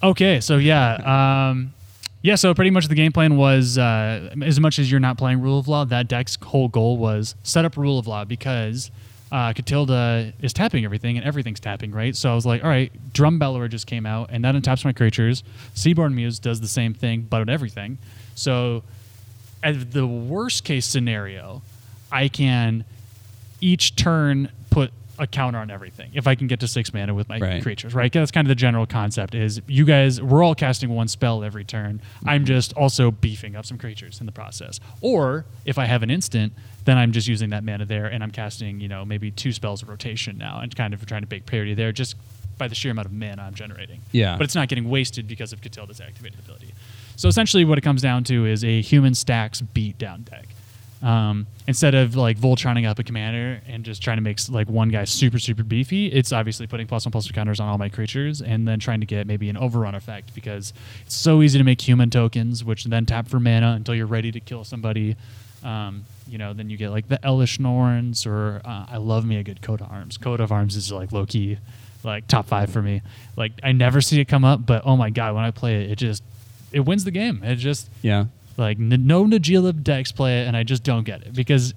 Speaker 1: okay, so yeah, um, yeah. So pretty much the game plan was uh, as much as you're not playing Rule of Law, that deck's whole goal was set up Rule of Law because uh, Catilda is tapping everything and everything's tapping, right? So I was like, all right, Drum Bellower just came out and that untaps my creatures. Seaborn Muse does the same thing, but on everything. So at the worst case scenario, I can each turn put a counter on everything if I can get to six mana with my
Speaker 3: Right.
Speaker 1: creatures, right? That's kind of the general concept is you guys we're all casting one spell every turn. I'm just also beefing up some creatures in the process. Or if I have an instant, then I'm just using that mana there and I'm casting, you know, maybe two spells of rotation now and kind of trying to bake parity there just by the sheer amount of mana I'm generating.
Speaker 3: Yeah.
Speaker 1: But it's not getting wasted because of Catilda's activated ability. So essentially, what it comes down to is a human stacks beatdown deck. Um, instead of like Voltroning up a commander and just trying to make s- like one guy super super beefy, it's obviously putting plus one plus two counters on all my creatures and then trying to get maybe an overrun effect because it's so easy to make human tokens, which then tap for mana until you're ready to kill somebody. Um, you know, then you get like the Elish Norns or uh, I love me a good Coat of Arms. Coat of Arms is like low key like top five for me. Like I never see it come up, but oh my god, when I play it, it just it wins the game. It just
Speaker 3: Yeah.
Speaker 1: like n- no Najila decks play it, and I just don't get it because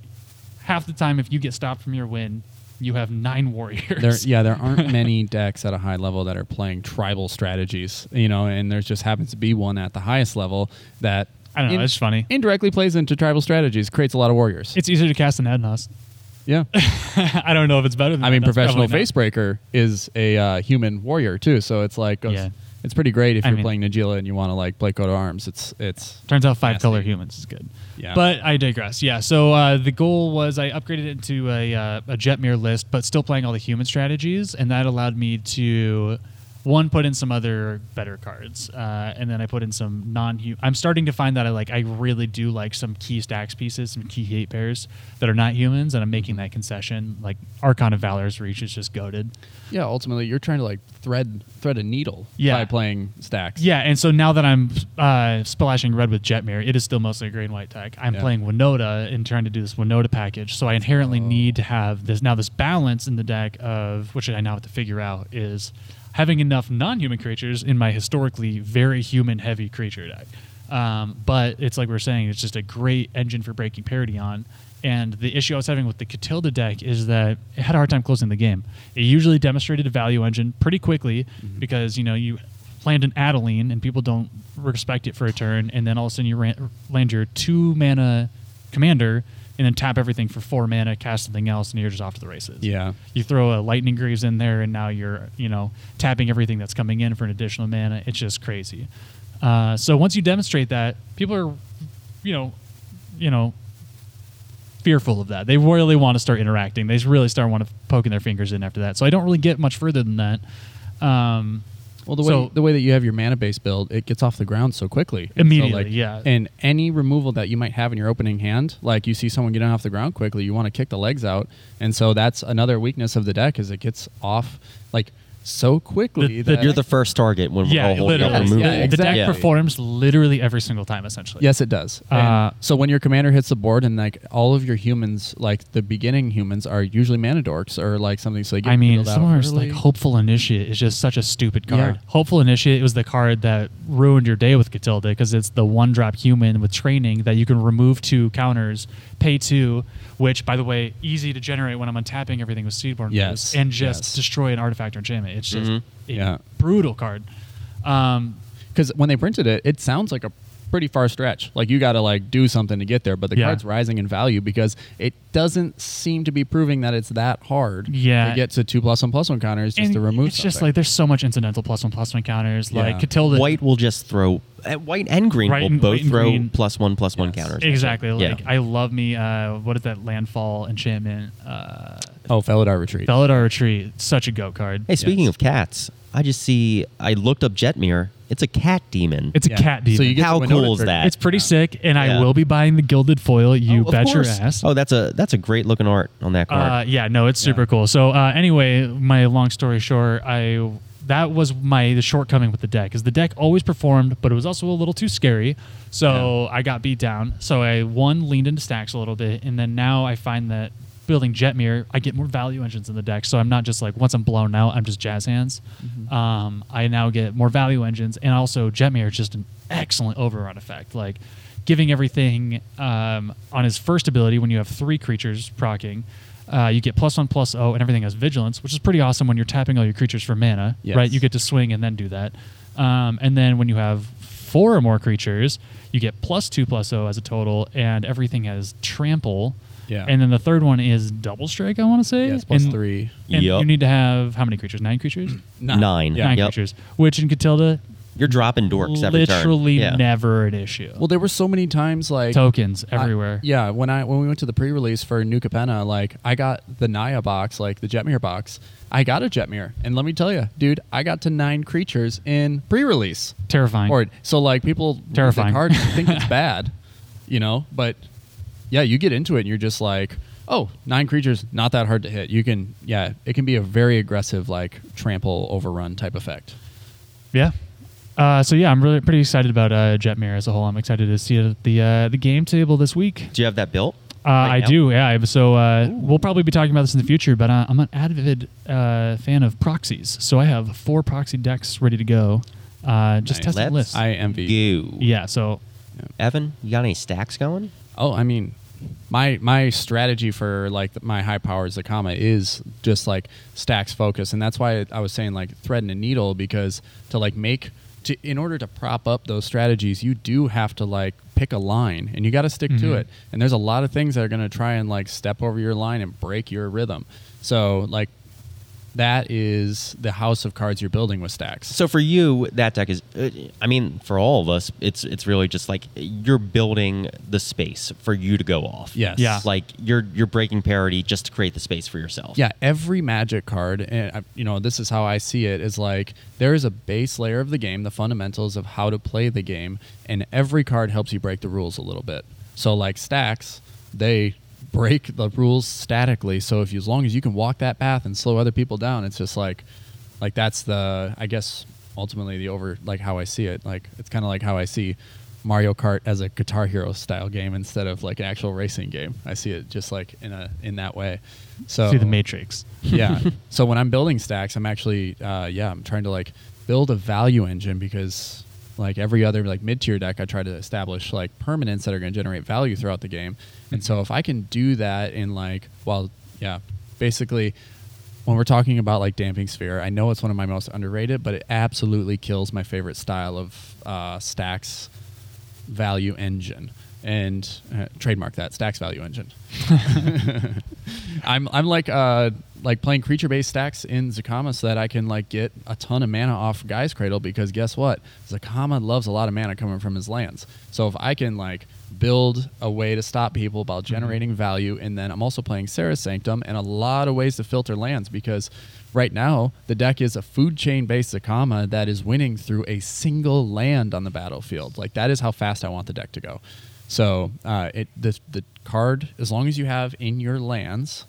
Speaker 1: half the time if you get stopped from your win, you have nine warriors.
Speaker 3: There, yeah, there aren't many decks at a high level that are playing tribal strategies, you know, and there just happens to be one at the highest level that
Speaker 1: I don't know. it's funny.
Speaker 3: indirectly plays into tribal strategies, creates a lot of warriors.
Speaker 1: (laughs) It's easier to cast than Adnos. (laughs)
Speaker 3: yeah,
Speaker 1: I don't know if it's better. than
Speaker 3: I mean,
Speaker 1: Adnos,
Speaker 3: professional
Speaker 1: probably not.
Speaker 3: facebreaker is a uh, human warrior too, so it's like
Speaker 1: Yeah.
Speaker 3: it's, it's pretty great if
Speaker 1: I
Speaker 3: you're
Speaker 1: mean-
Speaker 3: playing Najila and you want to like play coat of arms. It's it's
Speaker 1: Turns out five
Speaker 3: Nasty.
Speaker 1: color humans is good.
Speaker 3: Yeah.
Speaker 1: But I digress. Yeah. So uh, the goal was I upgraded it to a, uh, a Jetmir list, but still playing all the human strategies, and that allowed me to one put in some other better cards, uh, and then I put in some non-human. I'm starting to find that I like I really do like some key stacks pieces, some key hate pairs that are not humans, and I'm making
Speaker 3: Mm-hmm.
Speaker 1: that concession. Like Archon of Valor's reach is just goaded.
Speaker 3: yeah. Ultimately, you're trying to like thread thread a needle
Speaker 1: Yeah.
Speaker 3: by playing stacks.
Speaker 1: Yeah, and so now that I'm uh, splashing red with Jetmir, it is still mostly a green white tech. I'm
Speaker 3: Yeah.
Speaker 1: playing Winota and trying to do this Winota package, so I inherently need to have this now this balance in the deck of which I now have to figure out is having enough non-human creatures in my historically very human heavy creature deck. Um, but it's like we were saying, it's just a great engine for breaking parity on. And the issue I was having with the Catilda deck is that it had a hard time closing the game. It usually demonstrated a value engine pretty quickly because you know you land an Adeline and people don't respect it for a turn, and then all of a sudden you ran, land your two mana commander and then tap everything for four mana, cast something else, and you're just off to the races.
Speaker 3: Yeah.
Speaker 1: You throw a lightning greaves in there, and now you're you know tapping everything that's coming in for an additional mana. It's just crazy. Uh, so once you demonstrate that, people are you know you know fearful of that. They really want to start interacting. They really start want to poking their fingers in after that. So I don't really get much further than that. Um,
Speaker 3: Well, the way
Speaker 1: So-
Speaker 3: the way that you have your mana base build, it gets off the ground so quickly So,
Speaker 1: Immediately,
Speaker 3: like,
Speaker 1: yeah.
Speaker 3: And any removal that you might have in your opening hand, like you see someone getting off the ground quickly, you want to kick the legs out, and so that's another weakness of the deck is it gets off like so quickly
Speaker 1: The- the-
Speaker 3: that
Speaker 2: You're the first target when we're
Speaker 1: yeah,
Speaker 2: all holding up
Speaker 1: literally.
Speaker 2: and
Speaker 3: Yeah,
Speaker 2: moving.
Speaker 1: The deck
Speaker 3: exactly.
Speaker 1: performs literally every single time, essentially.
Speaker 3: Yes, it does.
Speaker 1: Uh,
Speaker 3: And so when your commander hits the board and like all of your humans, like the beginning humans, are usually mana dorks or like something. So they get
Speaker 1: I mean,
Speaker 3: wheeled out
Speaker 1: some of us
Speaker 3: early.
Speaker 1: like Hopeful Initiate is just such a stupid card.
Speaker 3: Yeah.
Speaker 1: Hopeful Initiate was the card that ruined your day with Catilda because it's the one drop human with training that you can remove two counters, pay two, which, by the way, easy to generate when I'm untapping everything with Seedborn.
Speaker 3: Yes,
Speaker 1: Roots, And just
Speaker 3: yes. Mm-hmm.
Speaker 1: destroy an artifact or enchantment. It's just
Speaker 2: Mhm.
Speaker 1: a
Speaker 3: Yeah.
Speaker 1: brutal card. Um,
Speaker 3: because when they printed it, it sounds like a pretty far stretch. Like you got to like do something to get there, but the
Speaker 1: Yeah.
Speaker 3: card's rising in value because it doesn't seem to be proving that it's that hard.
Speaker 1: Yeah.
Speaker 3: to get to two plus one plus one counters just
Speaker 1: and
Speaker 3: to remove.
Speaker 1: it's just
Speaker 3: something.
Speaker 1: like there's so much incidental plus one plus one counters. Like
Speaker 3: Yeah.
Speaker 1: Catilda.
Speaker 2: White will just throw. uh, White and green
Speaker 1: Right
Speaker 2: will
Speaker 1: and-
Speaker 2: both
Speaker 1: white and
Speaker 2: throw
Speaker 1: green.
Speaker 2: plus one plus one
Speaker 3: Yes.
Speaker 2: counters.
Speaker 1: Exactly.
Speaker 2: Yeah.
Speaker 1: Like I love me. Uh, what is that landfall enchantment? Uh,
Speaker 3: oh, Felidar retreat.
Speaker 1: Belladar Retreat. Such a go card.
Speaker 2: Hey, speaking
Speaker 3: Yes.
Speaker 2: of cats, I just see. I looked up Jetmir. It's a cat demon.
Speaker 1: It's
Speaker 3: Yeah.
Speaker 1: a cat demon.
Speaker 3: So you get
Speaker 2: How
Speaker 3: to Winona
Speaker 2: cool is
Speaker 3: for-
Speaker 2: that?
Speaker 1: it's pretty sick, and
Speaker 2: Yeah.
Speaker 1: I will be buying the gilded foil.
Speaker 2: Oh,
Speaker 1: You
Speaker 2: of
Speaker 1: bet your
Speaker 2: course.
Speaker 1: ass.
Speaker 2: Oh, that's a that's a great looking art on that card.
Speaker 1: Uh, yeah, no, it's super
Speaker 3: Yeah.
Speaker 1: cool. So uh, anyway, my long story short, I that was my the shortcoming with the deck is the deck always performed, but it was also a little too scary. So I got beat down. So I one leaned into stacks a little bit, and then now I find that building Jetmir, I get more value engines in the deck. So I'm not just like once I'm blown out, I'm just jazz hands. Um, I now get more value engines, and also Jetmir is just an excellent overrun effect. Like giving everything um, on his first ability when you have three creatures proccing. Uh, you get plus one plus oh, and everything has vigilance, which is pretty awesome when you're tapping all your creatures for mana,
Speaker 3: Yes.
Speaker 1: right? You get to swing and then do that. Um, and then when you have four or more creatures, you get plus two plus oh as a total, and everything has trample.
Speaker 3: Yeah.
Speaker 1: And then the third one is double strike, I want to say.
Speaker 3: Yes, plus
Speaker 1: and,
Speaker 3: three.
Speaker 1: And
Speaker 2: Yup.
Speaker 1: you need to have how many creatures? Nine
Speaker 2: (clears throat)
Speaker 1: creatures?
Speaker 3: Nine.
Speaker 2: Nine.
Speaker 3: Yeah.
Speaker 1: Nine
Speaker 2: Yup.
Speaker 1: creatures. Which in Catilda,
Speaker 2: You're dropping dorks every turn.
Speaker 1: literally
Speaker 2: Yeah.
Speaker 1: never an issue.
Speaker 3: Well, there were so many times like
Speaker 1: Tokens
Speaker 3: I-
Speaker 1: everywhere.
Speaker 3: yeah, when I when we went to the pre-release for New Capenna, like I got the Naya box, like the Jetmir box. I got a Jetmir, and let me tell you, dude, I got to nine creatures in pre-release.
Speaker 1: Terrifying.
Speaker 3: Or so like people with the
Speaker 1: Terrifying.
Speaker 3: card think it's bad, you know. But yeah, you get into it, and you're just like, oh, nine creatures, not that hard to hit. You can, yeah, it can be a very aggressive like trample overrun type effect.
Speaker 1: Yeah. Uh, so yeah, I'm really pretty excited about uh, Jetmir as a whole. I'm excited to see it at the uh, the game table this week.
Speaker 2: Do you have that built?
Speaker 1: Uh,
Speaker 2: right
Speaker 1: I
Speaker 2: now?
Speaker 1: do, yeah. I- So uh, we'll probably be talking about this in the future, but uh, I'm an avid uh, fan of proxies, so I have four proxy decks ready to go. Uh, just
Speaker 3: Nice.
Speaker 1: testing
Speaker 2: Let's-
Speaker 1: lists.
Speaker 3: I envy.
Speaker 2: You.
Speaker 1: yeah. So
Speaker 2: Evan, you got any stacks going?
Speaker 3: Oh, I mean, my my strategy for like th- my high powers, the comma, is just like stacks focus, and that's why I was saying like thread and a needle because to like make to in order to prop up those strategies, you do have to like pick a line and you got to stick to
Speaker 1: Mhm.
Speaker 3: it. And there's a lot of things that are going to try and like step over your line and break your rhythm. So like that is the house of cards you're building with stacks.
Speaker 2: So for you, that deck is. uh, I mean, for all of us, it's it's really just like you're building the space for you to go off.
Speaker 3: Yes.
Speaker 1: Yeah.
Speaker 2: Like you're you're breaking parity just to create the space for yourself.
Speaker 3: Yeah, every magic card, and I- you know, this is how I see it is like there is a base layer of the game, the fundamentals of how to play the game, and every card helps you break the rules a little bit. So, like stacks, they break the rules statically. So, if you, as long as you can walk that path and slow other people down, it's just like, like that's the, I guess, ultimately the over, like how I see it. Like it's kind of like how I see Mario Kart as a Guitar Hero style game instead of like an actual racing game. I see it just like in a in that way. So
Speaker 1: see the Matrix.
Speaker 3: (laughs) yeah. so when I'm building stacks, I'm actually, uh, yeah, I'm trying to like build a value engine because like every other like mid tier deck, I try to establish like permanents that are going to generate value throughout the game. And so if I can do that in like, well, yeah, basically. When we're talking about like damping sphere, I know it's one of my most underrated, but it absolutely kills my favorite style of uh, stacks value engine and uh, trademark that stacks value engine. I'm I'm like uh like playing creature based stacks in Zakama so that I can like get a ton of mana off Guy's Cradle because guess what Zakama loves a lot of mana coming from his lands. So if I can like build a way to stop people while generating value and then I'm also playing Sarah Sanctum and a lot of ways to filter lands because right now the deck is a food chain based Zakama that is winning through a single land on the battlefield. Like that is how fast I want the deck to go. So uh, it the the card as long as you have in your lands,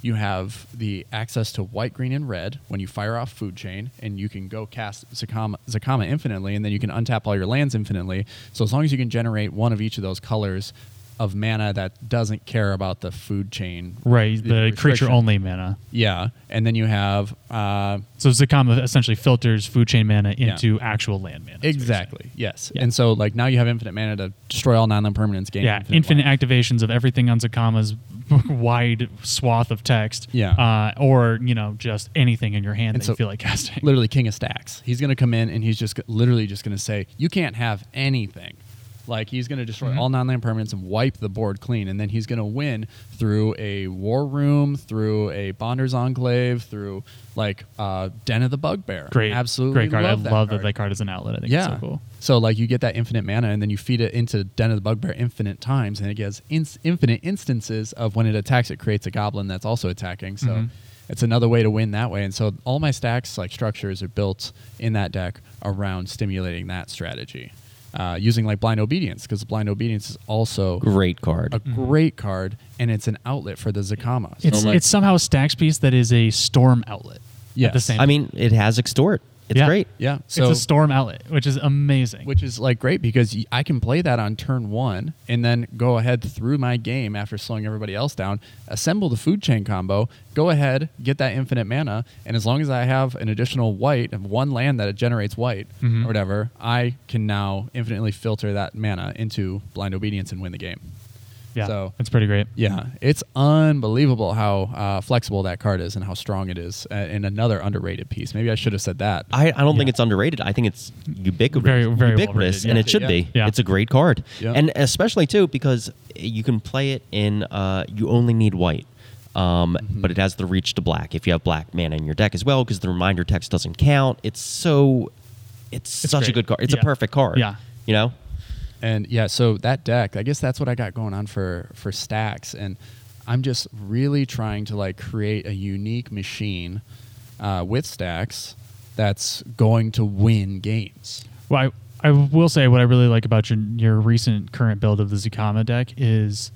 Speaker 3: you have the access to white, green, and red when you fire off food chain, and you can go cast Zakama, Zakama infinitely, and then you can untap all your lands infinitely. So as long as you can generate one of each of those colors of mana that doesn't care about the food chain,
Speaker 1: Right, the creature
Speaker 3: restriction.
Speaker 1: only mana.
Speaker 3: yeah, and then you have. Uh,
Speaker 1: So Zakama essentially filters food chain mana
Speaker 3: Yeah.
Speaker 1: into actual land mana. is what you're saying.
Speaker 3: Exactly. Yes.
Speaker 1: Yeah.
Speaker 3: And so, like now, you have infinite mana to destroy all non-land permanents. Gain
Speaker 1: yeah,
Speaker 3: infinite
Speaker 1: infinite
Speaker 3: life.
Speaker 1: activations of everything on Zakama's (laughs) wide swath of text.
Speaker 3: Yeah.
Speaker 1: Uh, or, you know, just anything in your hand
Speaker 3: And
Speaker 1: that
Speaker 3: so-
Speaker 1: you feel like (laughs) casting.
Speaker 3: literally king of stacks. He's going to come in and he's just g- literally just going to say, "You can't have anything." Like he's going to destroy
Speaker 1: Mm-hmm.
Speaker 3: all non-land permanents and wipe the board clean, and then he's going to win through a war room, through a Bonders Enclave, through like uh, Den of the Bugbear.
Speaker 1: Great.
Speaker 3: absolutely,
Speaker 1: Great card.
Speaker 3: Love
Speaker 1: I
Speaker 3: that
Speaker 1: love
Speaker 3: card.
Speaker 1: that that card is an outlet. I think
Speaker 3: yeah.
Speaker 1: it's so cool.
Speaker 3: So, like you get that infinite mana, and then you feed it into Den of the Bugbear infinite times, and it gets ins- infinite instances of when it attacks, it creates a goblin that's also attacking. So
Speaker 1: Mm-hmm.
Speaker 3: it's another way to win that way. And so all my stacks like structures are built in that deck around stimulating that strategy. Uh, using like blind obedience because blind obedience is also
Speaker 2: Great card.
Speaker 3: a great card and it's an outlet for the Zakama. So-
Speaker 1: mm-hmm. It's,
Speaker 2: like-
Speaker 1: it's somehow a stacks piece that is a storm outlet. At the
Speaker 3: Yes.
Speaker 1: same
Speaker 2: I mean, it has extort. It's
Speaker 1: Yeah.
Speaker 2: great.
Speaker 3: yeah,
Speaker 1: it's a storm outlet, which is amazing.
Speaker 3: which is like great because y- I can play that on turn one and then go ahead through my game after slowing everybody else down, assemble the food chain combo, go ahead, get that infinite mana, and as long as I have an additional white, one land that it generates white or whatever, I can now infinitely filter that mana into blind obedience and win the game.
Speaker 1: yeah.
Speaker 3: so-
Speaker 1: it's pretty great.
Speaker 3: Yeah, it's unbelievable how uh, flexible that card is and how strong it is. Uh, and another underrated piece. Maybe I should have said that.
Speaker 2: I, I don't think
Speaker 1: Yeah.
Speaker 2: it's underrated. I think it's ubiquitous,
Speaker 1: Very- very well
Speaker 2: ubiquitous
Speaker 1: rated,
Speaker 2: and
Speaker 1: yeah.
Speaker 2: it should be.
Speaker 1: Yeah.
Speaker 2: It's a great card,
Speaker 3: Yeah.
Speaker 2: and especially too because you can play it in. Uh, you only need white, um,
Speaker 1: Mm-hmm.
Speaker 2: but it has the reach to black. If you have black mana in your deck as well, because the reminder text doesn't count. It's so, it's, such a
Speaker 1: great.
Speaker 2: good card. It's
Speaker 1: Yeah.
Speaker 2: a perfect card.
Speaker 1: Yeah.
Speaker 2: you know.
Speaker 3: and yeah so that deck i guess that's what i got going on for for stacks and i'm just really trying to like create a unique machine uh, with stacks that's going to win games
Speaker 1: Well, I, I will say what I really like about your your recent current build of the Zukama deck is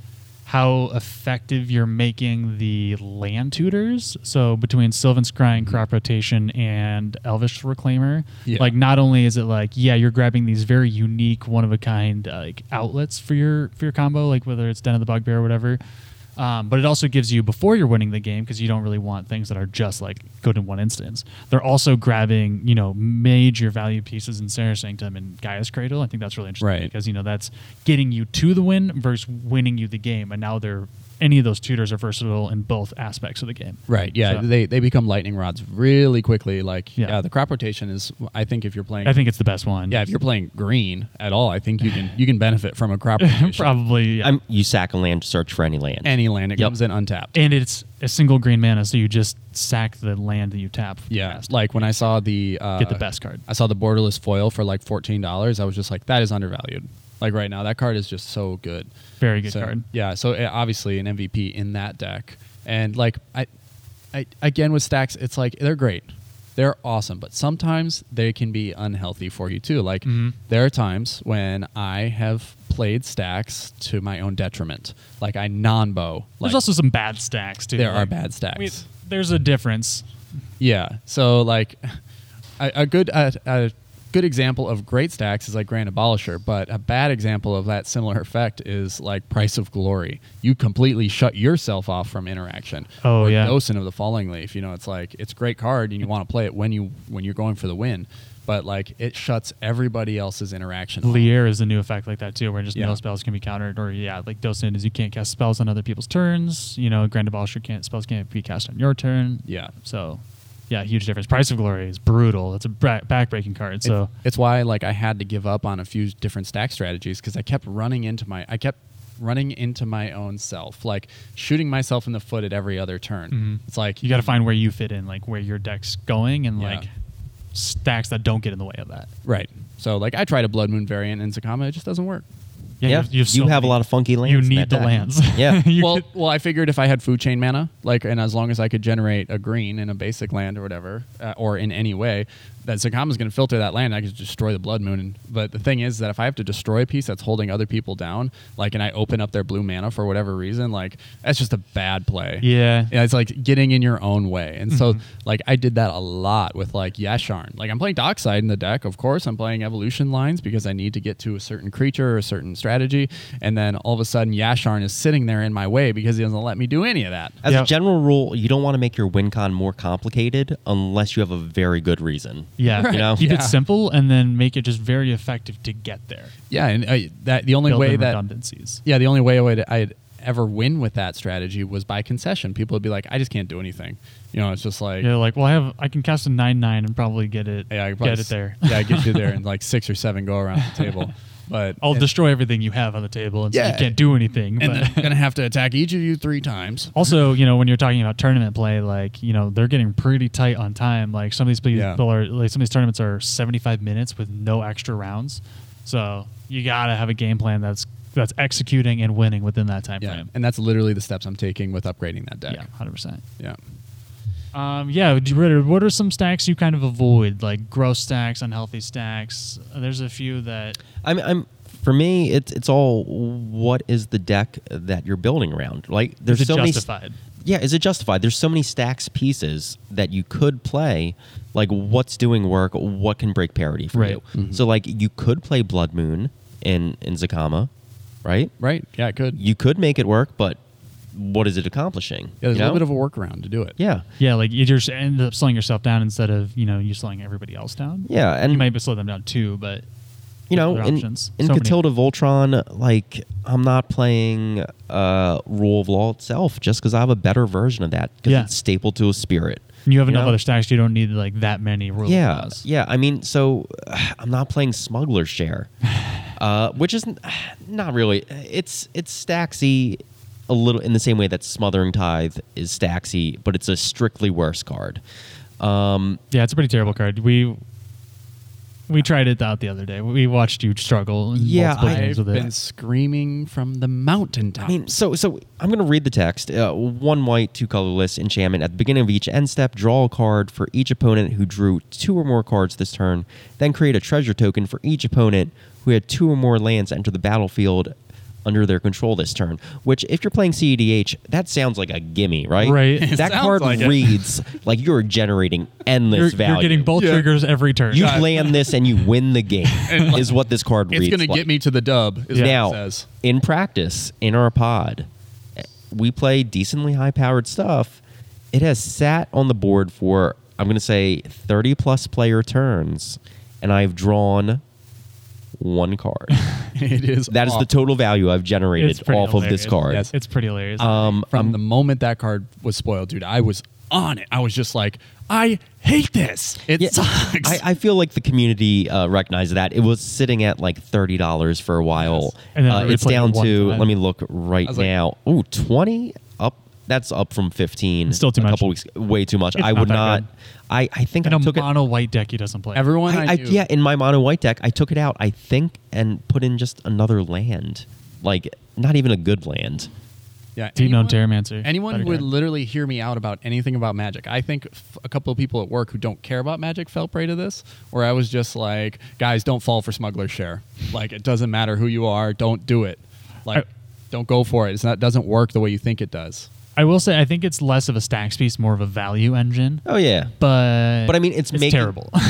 Speaker 1: how effective you're making the land tutors. So between Sylvan Scrying, Crop Rotation, and Elvish Reclaimer,
Speaker 3: Mm-hmm. Yeah.
Speaker 1: like not only is it like yeah, you're grabbing these very unique, one of a kind uh, like outlets for your for your combo, like whether it's Den of the Bugbear or whatever. Um, but it also gives you before you're winning the game because you don't really want things that are just like good in one instance. They're also grabbing you know major value pieces in Sarah Sanctum and Gaia's Cradle. I think that's really interesting
Speaker 3: Right.
Speaker 1: because you know that's getting you to the win versus winning you the game. And now they're any of those tutors are versatile in both aspects of the game.
Speaker 3: right yeah
Speaker 1: So-
Speaker 3: they they become lightning rods really quickly like
Speaker 1: Yeah.
Speaker 3: yeah. the crop rotation is i think if you're playing
Speaker 1: I think it's the best one.
Speaker 3: yeah if you're playing green at all i think you can you can benefit from a (laughs) crop rotation
Speaker 1: (laughs) probably. Yeah.
Speaker 2: I'm, you sack a land, search for any land.
Speaker 3: any land it
Speaker 2: Yep.
Speaker 3: comes in untapped
Speaker 1: and it's a single green mana, so you just sack the land that you tap.
Speaker 3: yeah
Speaker 1: fast.
Speaker 3: like when i saw the uh,
Speaker 1: get the best card.
Speaker 3: I saw the borderless foil for like fourteen dollars. I was just like, that is undervalued. Like right now, that card is just so good.
Speaker 1: Very good
Speaker 3: So,
Speaker 1: card.
Speaker 3: Yeah. So uh, obviously an MVP in that deck, and like I, I again with stacks, it's like they're great, they're awesome, but sometimes they can be unhealthy for you too. Like
Speaker 1: Mhm.
Speaker 3: there are times when I have played stacks to my own detriment. Like I non-bow. Like,
Speaker 1: There's also some bad stacks too.
Speaker 3: there are
Speaker 1: Like,
Speaker 3: bad stacks.
Speaker 1: I mean, there's a difference.
Speaker 3: Yeah. So like, a, a good a, a good example of great stacks is like Grand Abolisher, but a bad example of that similar effect is like Price of Glory. You completely shut yourself off from interaction.
Speaker 1: Oh,
Speaker 3: or
Speaker 1: yeah.
Speaker 3: Docin of the Falling Leaf. You know, it's like it's a great card, and you want to play it when you when you're going for the win. but like it shuts everybody else's interaction. off.
Speaker 1: Lier is a new effect like that too, where just
Speaker 3: Yeah.
Speaker 1: no spells can be countered, or yeah, like Docent is you can't cast spells on other people's turns. You know, Grand Abolisher can't spells can't be cast on your turn.
Speaker 3: Yeah.
Speaker 1: So, yeah, huge difference. Price of Glory is brutal. It's a bra- backbreaking card.
Speaker 3: It-
Speaker 1: So
Speaker 3: it's why like I had to give up on a few different stack strategies because I kept running into my I kept running into my own self, like shooting myself in the foot at every other turn. It's like
Speaker 1: Mm-hmm. you got to find where you fit in, like where your deck's going, and
Speaker 3: Yeah.
Speaker 1: like stacks that don't get in the way of that.
Speaker 3: right. So like I tried a Blood Moon variant in Sakama, it just doesn't work.
Speaker 1: Yeah,
Speaker 2: yeah, you,
Speaker 1: so
Speaker 2: have a
Speaker 1: many-
Speaker 2: lot of funky lands.
Speaker 1: You
Speaker 2: in
Speaker 1: need
Speaker 2: that
Speaker 1: the
Speaker 2: deck.
Speaker 1: lands.
Speaker 2: (laughs)
Speaker 1: (laughs)
Speaker 2: Yeah.
Speaker 1: You
Speaker 3: well,
Speaker 1: could-
Speaker 3: well, I figured if I had food chain mana, like, and as long as I could generate a green in a basic land or whatever, uh, or in any way, that Sakama's going to filter that land. I could destroy the Blood Moon. And, but the thing is that if I have to destroy a piece that's holding other people down, like, and I open up their blue mana for whatever reason, like, that's just a bad play.
Speaker 1: yeah.
Speaker 3: Yeah, it's like getting in your own way. And
Speaker 1: Mm-hmm.
Speaker 3: so like I did that a lot with like Yasharn. Like I'm playing Dockside in the deck, of course. I'm playing evolution lines because I need to get to a certain creature or a certain strategy. And then all of a sudden Yasharn is sitting there in my way because he doesn't let me do any of that.
Speaker 2: As
Speaker 1: Yeah.
Speaker 2: a general rule, you don't want to make your win con more complicated unless you have a very good reason.
Speaker 1: Yeah,
Speaker 2: You know?
Speaker 1: keep
Speaker 3: Yeah.
Speaker 1: it simple and then make it just very effective to get there.
Speaker 3: Yeah, and I, that the only
Speaker 1: Build
Speaker 3: way
Speaker 1: in
Speaker 3: that
Speaker 1: redundancies.
Speaker 3: yeah, the only way I would I'd ever win with that strategy was by concession. People would be like, I just can't do anything. You know, it's just like
Speaker 1: Yeah, like well, I have I can cast a nine nine and probably get it.
Speaker 3: yeah, I could probably
Speaker 1: get it
Speaker 3: s-
Speaker 1: there. (laughs)
Speaker 3: yeah, I get you there in like six or seven go around the table. But
Speaker 1: I'll
Speaker 3: and-
Speaker 1: destroy everything you have on the table, and so
Speaker 3: Yeah.
Speaker 1: you can't do anything.
Speaker 3: and
Speaker 1: But
Speaker 3: (laughs) then gonna have to attack each of you three times.
Speaker 1: (laughs) also, you know, when you're talking about tournament play, like you know, they're getting pretty tight on time. Like some of these people
Speaker 3: Yeah.
Speaker 1: are like some of these tournaments are 75 minutes with no extra rounds, so you gotta have a game plan that's that's executing and winning within that time frame.
Speaker 3: and that's literally the steps I'm taking with upgrading that deck.
Speaker 1: Yeah, hundred percent.
Speaker 3: Yeah,
Speaker 1: Um, yeah, do you- what are- what are some stacks you kind of avoid? Like gross stacks, unhealthy stacks. There's a few that
Speaker 2: I'm, I'm for me, it's it's all what is the deck that you're building around. Like there's
Speaker 1: is
Speaker 2: so
Speaker 1: justified.
Speaker 2: many. Yeah, is it justified? There's so many stacks pieces that you could play. Like what's doing work, what can break parity for
Speaker 1: Right.
Speaker 2: you.
Speaker 3: Mm-hmm.
Speaker 2: So like you could play Blood Moon in in Zakama, right?
Speaker 3: right. Yeah, it could. Yeah,
Speaker 2: You could make it work, but what is it accomplishing?
Speaker 3: there's
Speaker 2: you
Speaker 3: a little
Speaker 2: know?
Speaker 3: bit of a workaround to do it.
Speaker 2: yeah.
Speaker 1: Yeah, like you just end up slowing yourself down instead of you know you slowing everybody else down.
Speaker 2: Yeah, and
Speaker 1: you might be slow them down too, but
Speaker 2: you know,
Speaker 1: other
Speaker 2: in,
Speaker 1: options.
Speaker 2: in
Speaker 1: So many.
Speaker 2: Catilda Voltron, like I'm not playing uh, Rule of Law itself just because I have a better version of that because
Speaker 1: Yeah.
Speaker 2: it's stapled to a spirit.
Speaker 1: you have enough
Speaker 2: know?
Speaker 1: other stacks. You don't need like that many rules.
Speaker 2: Yeah, yeah. I mean, so (sighs) I'm not playing Smuggler's
Speaker 1: (sighs)
Speaker 2: Share, uh, which is n- (sighs) not really. It's it's stacksy a little in the same way that Smothering Tithe is stacksy, but it's a strictly worse card. Um,
Speaker 1: yeah. It's a pretty terrible card. We we tried it out the other day. We watched you struggle. In
Speaker 2: Yeah,
Speaker 1: multiple
Speaker 2: I've
Speaker 1: games
Speaker 3: I've
Speaker 1: with
Speaker 3: been
Speaker 1: it.
Speaker 3: screaming from the mountaintops.
Speaker 2: I mean, so so I'm gonna read the text. Uh, one white, two colorless enchantment. At the beginning of each end step, draw a card for each opponent who drew two or more cards this turn. Then create a treasure token for each opponent who had two or more lands enter the battlefield under their control this turn. Which, if you're playing CEDH, that sounds like a gimme, right?
Speaker 1: Right. It
Speaker 2: that
Speaker 3: sounds
Speaker 2: card
Speaker 3: like it.
Speaker 2: reads like you're generating endless
Speaker 1: You're,
Speaker 2: value.
Speaker 1: you're getting both
Speaker 3: Yeah.
Speaker 1: triggers every turn.
Speaker 2: You land this and you win the
Speaker 3: (laughs)
Speaker 2: game. is what this card
Speaker 3: it's
Speaker 2: reads.
Speaker 3: gonna
Speaker 2: like
Speaker 3: get me to the dub. Is
Speaker 2: now,
Speaker 3: what it says. (laughs)
Speaker 2: in practice, in our pod, we play decently high powered stuff. It has sat on the board for, I'm going to say, 30 plus player turns, and I've drawn one card.
Speaker 3: it is
Speaker 2: That is the
Speaker 3: awful.
Speaker 2: total value I've generated
Speaker 1: It's pretty
Speaker 2: off of
Speaker 1: hilarious.
Speaker 2: this card.
Speaker 3: Yes.
Speaker 1: It's pretty hilarious.
Speaker 2: Um,
Speaker 3: from the moment that card was spoiled, dude. I was on it. I was just like, I hate this. It
Speaker 2: yeah,
Speaker 3: sucks.
Speaker 2: I, I feel like the community uh, recognized that. It was sitting at like $30 for a while.
Speaker 1: And then
Speaker 2: Uh,
Speaker 1: everybody
Speaker 2: it's
Speaker 1: played it
Speaker 2: down
Speaker 1: one
Speaker 2: to,
Speaker 1: time.
Speaker 2: let me look right
Speaker 3: was like-
Speaker 2: now. Ooh, 20 up. That's up from 15.
Speaker 1: Still too
Speaker 2: a
Speaker 1: much.
Speaker 2: Couple weeks, way too much.
Speaker 1: It's
Speaker 2: I
Speaker 1: not
Speaker 2: would
Speaker 1: that
Speaker 2: not.
Speaker 1: good.
Speaker 2: I, I think
Speaker 1: in
Speaker 2: I
Speaker 1: a
Speaker 2: took it.
Speaker 1: mono white deck, he doesn't play.
Speaker 3: Everyone,
Speaker 2: I,
Speaker 3: I,
Speaker 2: I,
Speaker 3: knew-
Speaker 2: yeah, in my mono white deck, I took it out, I think, and put in just another land. Like, not even a good land.
Speaker 3: Yeah,
Speaker 1: Deep Known
Speaker 3: anyone-
Speaker 1: Terramancer.
Speaker 3: Anyone
Speaker 1: Better
Speaker 3: would
Speaker 1: card.
Speaker 3: literally hear me out about anything about magic. I think f- a couple of people at work who don't care about magic fell prey to this, where I was just like, guys, don't fall for smuggler's share. Like, it doesn't matter who you are, don't do it. Like,
Speaker 1: I-
Speaker 3: don't go for it. It's not doesn't work the way you think it does.
Speaker 1: I will say, I think it's less of a stacks piece, more of a value engine.
Speaker 2: Oh, yeah.
Speaker 1: But
Speaker 2: But I mean, it's,
Speaker 1: it's
Speaker 2: making,
Speaker 1: terrible. (laughs)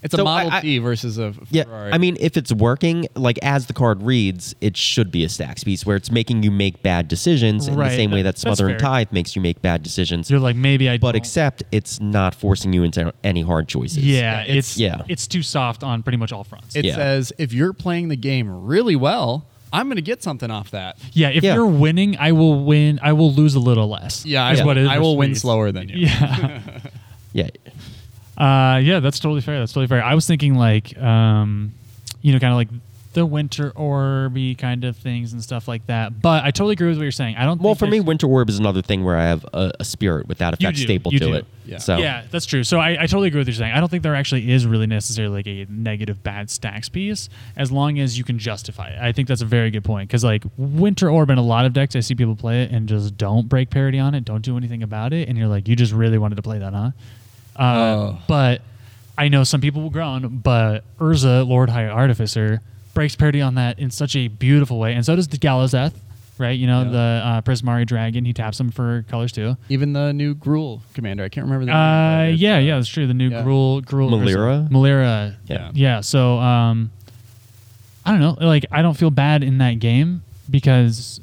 Speaker 3: It's a
Speaker 2: So
Speaker 3: Model
Speaker 2: I- I-
Speaker 3: T versus a
Speaker 2: Yeah,
Speaker 3: Ferrari.
Speaker 2: I mean, if it's working, like as the card reads, it should be a stacks piece where it's making you make bad decisions in
Speaker 1: Right,
Speaker 2: the same way that
Speaker 1: that's
Speaker 2: smother and
Speaker 1: fair.
Speaker 2: tithe makes you make bad decisions.
Speaker 1: You're like "Oh." maybe I.
Speaker 2: but
Speaker 1: don't.
Speaker 2: except it's not forcing you into any hard choices.
Speaker 1: Yeah,
Speaker 3: Yeah,
Speaker 1: it's,
Speaker 2: yeah.
Speaker 1: it's too soft on pretty much all fronts.
Speaker 3: it
Speaker 2: yeah.
Speaker 3: says if you're playing the game really well, I'm going to get something off that.
Speaker 1: yeah, if
Speaker 2: yeah.
Speaker 1: you're winning, I will win. I will lose a little less.
Speaker 3: Yeah,
Speaker 1: is
Speaker 3: I,
Speaker 1: what it
Speaker 3: I will win
Speaker 1: reads.
Speaker 3: slower than you.
Speaker 1: Yeah, (laughs)
Speaker 2: Yeah.
Speaker 1: uh, yeah, that's totally fair. That's totally fair. I was thinking like, um, you know, kind of like the winter orby kind of things and stuff like that. But I totally agree with what you're saying. I don't.
Speaker 2: Well,
Speaker 1: think
Speaker 2: for me,
Speaker 1: there's-
Speaker 2: Winter Orb is another thing where I have a, a spirit with that
Speaker 1: You
Speaker 2: effect
Speaker 1: do,
Speaker 2: stapled
Speaker 1: you
Speaker 2: to
Speaker 1: do.
Speaker 2: it.
Speaker 3: Yeah.
Speaker 2: So
Speaker 1: Yeah, that's true. So I, I totally agree with what you're saying. I don't think there actually is really necessarily like a negative bad stacks piece as long as you can justify it. I think that's a very good point because like Winter Orb in a lot of decks, I see people play it and just don't break parity on it, don't do anything about it, and you're like, you just really wanted to play that, huh? Uh,
Speaker 3: Oh.
Speaker 1: But I know some people will groan, but Urza, Lord High Artificer, breaks parity on that in such a beautiful way, and so does the Galazeth. Right, you know
Speaker 3: Yeah.
Speaker 1: the uh, Prismari Dragon. He taps him for colors too.
Speaker 3: Even the new Gruul commander, I can't remember the name.
Speaker 1: Uh,
Speaker 3: but it's,
Speaker 1: yeah,
Speaker 3: uh,
Speaker 1: yeah, that's true. The new
Speaker 3: yeah.
Speaker 1: Gruul, Gruul,
Speaker 2: Malira?
Speaker 1: Malira.
Speaker 2: Yeah.
Speaker 1: yeah. So, um, I don't know. Like, I don't feel bad in that game because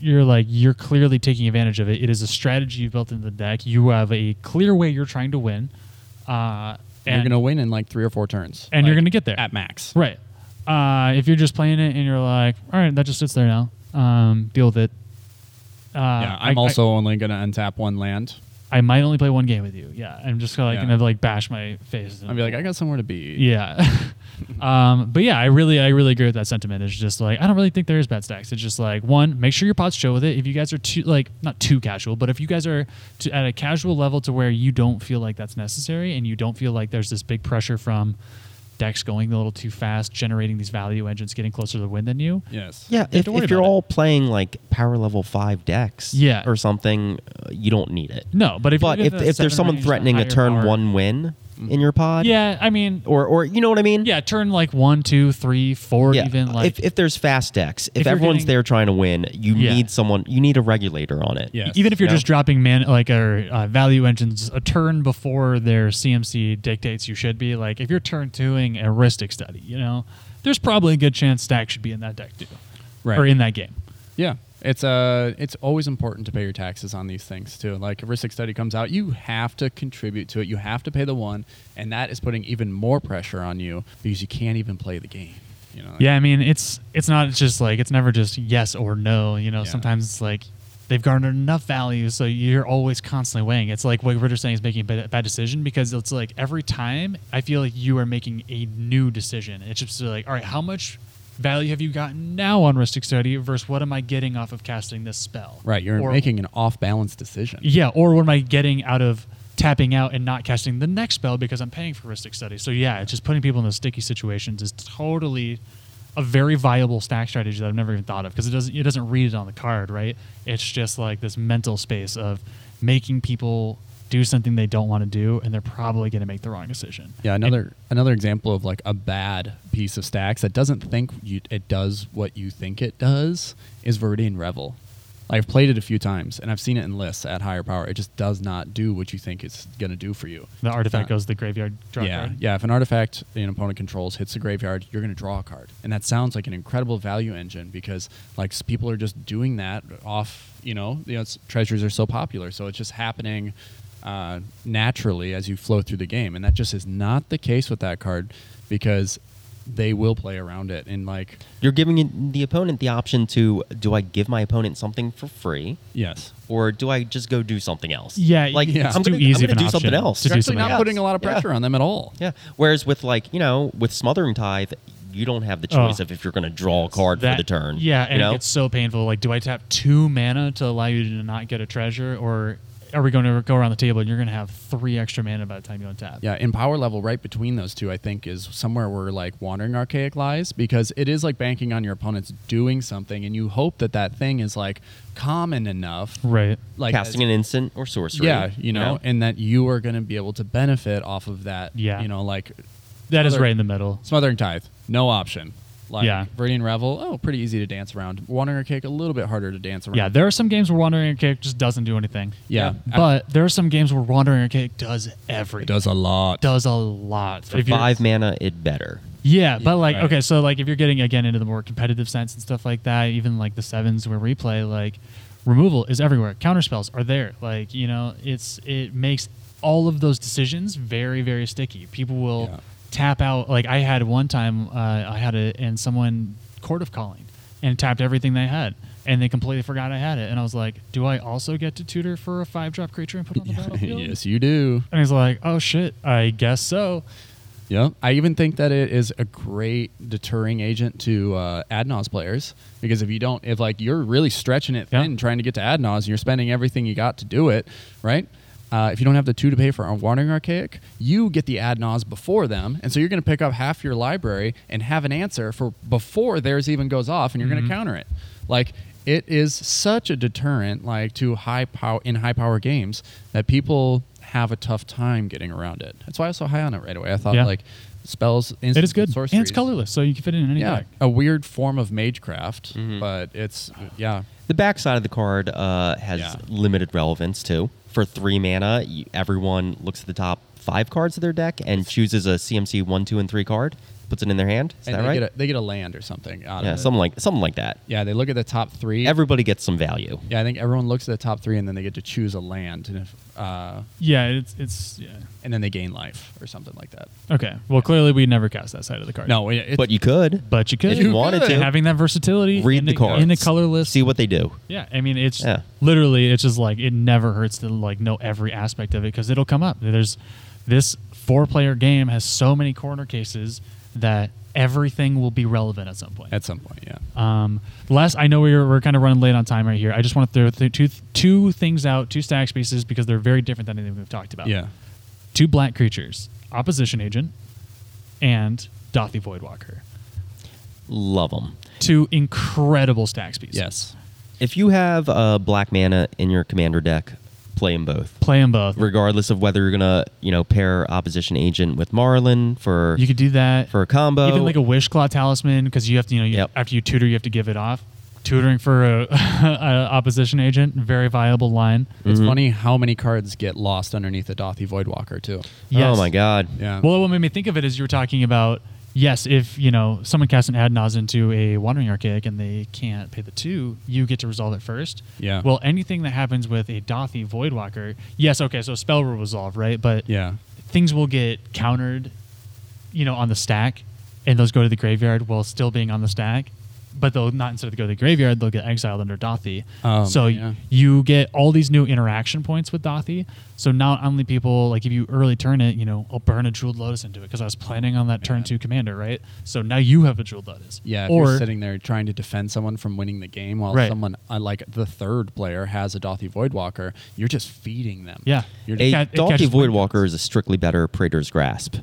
Speaker 1: you're like you're clearly taking advantage of it. It is a strategy you built into the deck. You have a clear way you're trying to win, uh,
Speaker 3: You're
Speaker 1: and
Speaker 3: going to win in like three or four turns.
Speaker 1: and you're
Speaker 3: like,
Speaker 1: gonna get there
Speaker 3: at max.
Speaker 1: right. Uh, if you're just playing it and you're like, all right, that just sits there now. Um, deal with it. Uh,
Speaker 3: yeah,
Speaker 1: I-
Speaker 3: I'm
Speaker 1: I-
Speaker 3: also only going to untap one land.
Speaker 1: I, might only play one game with you. Yeah, I'm just like
Speaker 3: Yeah.
Speaker 1: gonna like bash my face.
Speaker 3: I'll be like, I got somewhere to be.
Speaker 1: Yeah. (laughs) um, but yeah, I really, I really agree with that sentiment. It's just like I don't really think there is bad stacks. It's just like one, make sure your pots show with it. If you guys are too like not too casual, but if you guys are to, at a casual level to where you don't feel like that's necessary and you don't feel like there's this big pressure from decks going a little too fast, generating these value engines, getting closer to the win than you.
Speaker 3: Yes.
Speaker 1: You
Speaker 2: yeah,
Speaker 1: have
Speaker 2: if,
Speaker 1: to worry
Speaker 2: if you're
Speaker 1: about it.
Speaker 2: all playing like power level five decks
Speaker 1: Yeah.
Speaker 2: or something, uh, you don't need it.
Speaker 1: No, but if
Speaker 2: but
Speaker 1: you're
Speaker 2: if,
Speaker 1: gonna
Speaker 2: if
Speaker 1: seven
Speaker 2: there's someone
Speaker 1: range,
Speaker 2: threatening a
Speaker 1: higher
Speaker 2: turn
Speaker 1: power-
Speaker 2: one win in your pod,
Speaker 1: yeah, I mean,
Speaker 2: or or you know what I mean?
Speaker 1: yeah, turn like one, two, three, four, even like
Speaker 2: if, if there's fast decks, if,
Speaker 1: If you're
Speaker 2: everyone's
Speaker 1: getting-
Speaker 2: there trying to win, you
Speaker 1: Yeah.
Speaker 2: need someone. You need a regulator on it.
Speaker 3: Yes.
Speaker 1: even if you're
Speaker 2: Yeah.
Speaker 1: just dropping man like our uh, value engines a turn before their CMC dictates you should be like if you're turn twoing a heuristic study, you know, there's probably a good chance stack should be in that deck too,
Speaker 3: Right.
Speaker 1: Or in that game.
Speaker 3: Yeah. It's uh it's always important to pay your taxes on these things too. Like if risk study comes out, you have to contribute to it. You have to pay the one, and that is putting even more pressure on you because you can't even play the game. You know. like-
Speaker 1: Yeah, I mean it's it's not just like it's never just yes or no. You know,
Speaker 3: Yeah.
Speaker 1: sometimes it's like they've garnered enough value, so you're always constantly weighing. It's like what Ritter's saying is making a bad, bad decision because it's like every time I feel like you are making a new decision. It's just like, all right, how much value have you gotten now on Ristic Study versus what am I getting off of casting this spell?
Speaker 3: Right. You're
Speaker 1: Or-
Speaker 3: making an off balance decision.
Speaker 1: yeah, or what am I getting out of tapping out and not casting the next spell because I'm paying for Ristic Study? So yeah, it's just putting people in those sticky situations is totally a very viable stack strategy that I've never even thought of because it doesn't it doesn't read it on the card, right? It's just like this mental space of making people do something they don't want to do and they're probably going to make the wrong decision.
Speaker 3: Yeah, another another example of like a bad piece of stacks that doesn't think you, it does what you think it does is Viridian Revel. I've played it a few times and I've seen it in lists at higher power. It just does not do what you think it's going to do for you.
Speaker 1: The artifact
Speaker 3: Uh,
Speaker 1: goes to the graveyard draw
Speaker 3: yeah,
Speaker 1: card.
Speaker 3: yeah. If an artifact an opponent controls hits the graveyard, you're going to draw a card, and that sounds like an incredible value engine because like s- people are just doing that off. You know, you know, it's, treasures are so popular, so it's just happening uh, naturally as you flow through the game, and that just is not the case with that card because they will play around it and like
Speaker 2: You're giving it- the opponent the option to do I give my opponent something for free
Speaker 3: yes.
Speaker 2: or do I just go do something else?
Speaker 1: Yeah,
Speaker 2: like
Speaker 1: yeah.
Speaker 2: I'm
Speaker 1: It's too
Speaker 2: gonna,
Speaker 1: easy
Speaker 2: I'm
Speaker 1: of
Speaker 2: gonna
Speaker 1: an
Speaker 2: do something
Speaker 1: option
Speaker 2: else.
Speaker 1: to
Speaker 3: You're
Speaker 1: do
Speaker 3: actually
Speaker 1: something
Speaker 3: not
Speaker 1: else.
Speaker 3: putting a lot of
Speaker 2: Yeah.
Speaker 3: pressure on them at all.
Speaker 2: Yeah. Whereas with like you know with smothering tithe, you don't have the choice
Speaker 1: Oh.
Speaker 2: of if you're going to draw a card
Speaker 1: That-
Speaker 2: for the turn.
Speaker 1: Yeah,
Speaker 2: you
Speaker 1: and
Speaker 2: know?
Speaker 1: it's so painful. Like, do I tap two mana to allow you to not get a treasure, or are we going to go around the table and you're going to have three extra mana by the time you untap?
Speaker 3: Yeah, in power level, right between those two, I think is somewhere where like wandering archaic lies because it is like banking on your opponent's doing something, and you hope that that thing is like common enough,
Speaker 1: Right.
Speaker 3: like
Speaker 2: casting an instant or sorcery.
Speaker 3: yeah, you know, and that you are going to be able to benefit off of that.
Speaker 1: Yeah.
Speaker 3: you know, like
Speaker 1: That is
Speaker 3: Another-
Speaker 1: right in the middle.
Speaker 3: smothering tithe, no option. Like
Speaker 1: Yeah.
Speaker 3: Viridian Revel, oh, pretty easy to dance around. Wandering Cake, a little bit harder to dance around.
Speaker 1: Yeah, there are some games where Wandering Archaic just doesn't do anything.
Speaker 3: Yeah.
Speaker 1: But there are some games where Wandering Archaic does everything.
Speaker 3: it does a lot. (laughs)
Speaker 1: does a lot.
Speaker 2: For
Speaker 1: If you're-
Speaker 2: five mana, it better.
Speaker 1: Yeah, but like
Speaker 3: right.
Speaker 1: okay, so like if you're getting again into the more competitive sense and stuff like that, even like the sevens where replay, like removal is everywhere. Counter spells are there. Like, you know, it's it makes all of those decisions very, very sticky. People will
Speaker 3: Yeah.
Speaker 1: tap out like I had one time uh, I had a and someone court of calling and tapped everything they had. And they completely forgot I had it. And I was like, do I also get to tutor for a five drop creature and put it
Speaker 3: (laughs)
Speaker 1: on the battlefield?
Speaker 3: yes, you do.
Speaker 1: And he's like, oh shit, I guess so.
Speaker 3: Yeah, I even think that it is a great deterring agent to uh, Adnos players because if you don't, if like you're really stretching it
Speaker 1: Yeah.
Speaker 3: thin trying to get to Adnos and you're spending everything you got to do it, right? Uh, if you don't have the two to pay for a Wandering Archaic, you get the Adnos before them, and so you're going to pick up half your library and have an answer for before theirs even goes off, and you're going to counter it. Like it is such a deterrent, like to high power in high power games that people have a tough time getting around it. That's why I was so high on it right away. I thought
Speaker 1: Yeah.
Speaker 3: like spells, instants,
Speaker 1: It is good.
Speaker 3: sorceries.
Speaker 1: And it's colorless, so you can fit it in any
Speaker 3: Yeah,
Speaker 1: deck.
Speaker 3: a weird form of magecraft,
Speaker 2: Mm-hmm.
Speaker 3: but it's yeah,
Speaker 2: The backside of the card uh, has
Speaker 3: Yeah.
Speaker 2: limited relevance too. For three mana, you, everyone looks at the top five cards of their deck and chooses a CMC one, two, and three card, puts it in their hand. Is
Speaker 3: and
Speaker 2: that
Speaker 3: they
Speaker 2: right?
Speaker 3: get a, they get a land or something. Out
Speaker 2: yeah,
Speaker 3: of it.
Speaker 2: something like something like that.
Speaker 3: Yeah, they look at the top three.
Speaker 2: Everybody gets some value.
Speaker 3: yeah, I think everyone looks at the top three, and then they get to choose a land, and if uh,
Speaker 1: Yeah, it's it's yeah.
Speaker 3: and then they gain life or something like that.
Speaker 1: Okay. Well, clearly we never cast that side of the card.
Speaker 3: No, it, it's,
Speaker 2: But you could
Speaker 1: but you could.
Speaker 2: If you wanted
Speaker 1: And
Speaker 2: to.
Speaker 1: having that versatility. in
Speaker 2: read the cards
Speaker 1: in a colorless.
Speaker 2: See what they do.
Speaker 1: yeah, I mean, it's
Speaker 2: Yeah.
Speaker 1: literally it's just like it never hurts to like know every aspect of it because it'll come up. There's this four-player game has so many corner cases that everything will be relevant at some point.
Speaker 3: at some point, yeah.
Speaker 1: Um, last, I know we're, we're kind of running late on time right here. I just want to throw th- two two things out, two stack spaces because they're very different than anything we've talked about.
Speaker 3: Yeah.
Speaker 1: two black creatures, opposition agent, and Dothy Voidwalker.
Speaker 2: Love them.
Speaker 1: Two incredible stack pieces.
Speaker 3: Yes.
Speaker 2: If you have uh, black mana in your commander deck, play them both.
Speaker 1: play them both.
Speaker 2: Regardless of whether you're gonna, you know, pair opposition agent with Marlin for
Speaker 1: you could do that
Speaker 2: for a combo,
Speaker 1: even like a wish claw talisman because you have to you know you,
Speaker 2: Yep.
Speaker 1: after you tutor you have to give it off. Tutoring for a, (laughs) a opposition agent, very viable line.
Speaker 2: Mm-hmm.
Speaker 3: It's funny how many cards get lost underneath a Dothy Voidwalker too.
Speaker 1: Yes.
Speaker 2: Oh my god.
Speaker 3: Yeah.
Speaker 1: Well, what made me think of it is you were talking about yes, if you know someone casts an adnos into a wandering archaic and they can't pay the two, you get to resolve it first.
Speaker 3: Yeah.
Speaker 1: Well, anything that happens with a Dothy Voidwalker, yes, okay, so spell will resolve, right? But
Speaker 3: yeah.
Speaker 1: things will get countered, you know, on the stack, and those go to the graveyard while still being on the stack. But they'll not instead of go to the graveyard, they'll get exiled under Dothy.
Speaker 3: Um,
Speaker 1: so
Speaker 3: yeah.
Speaker 1: you get all these new interaction points with Dothy. So not only people like if you early turn it, you know, I'll burn a jeweled lotus into it because I was planning on that turn
Speaker 3: Yeah.
Speaker 1: two commander, right? So now you have a jeweled lotus.
Speaker 3: Yeah, if
Speaker 1: Or
Speaker 3: you're sitting there trying to defend someone from winning the game while
Speaker 1: Right.
Speaker 3: someone uh, like the third player has a Dothy Voidwalker, you're just feeding them.
Speaker 1: yeah,
Speaker 3: You're
Speaker 2: A
Speaker 1: It ca- it
Speaker 2: Dalky
Speaker 1: catches
Speaker 2: Voidwalker is a strictly better Praetor's Grasp.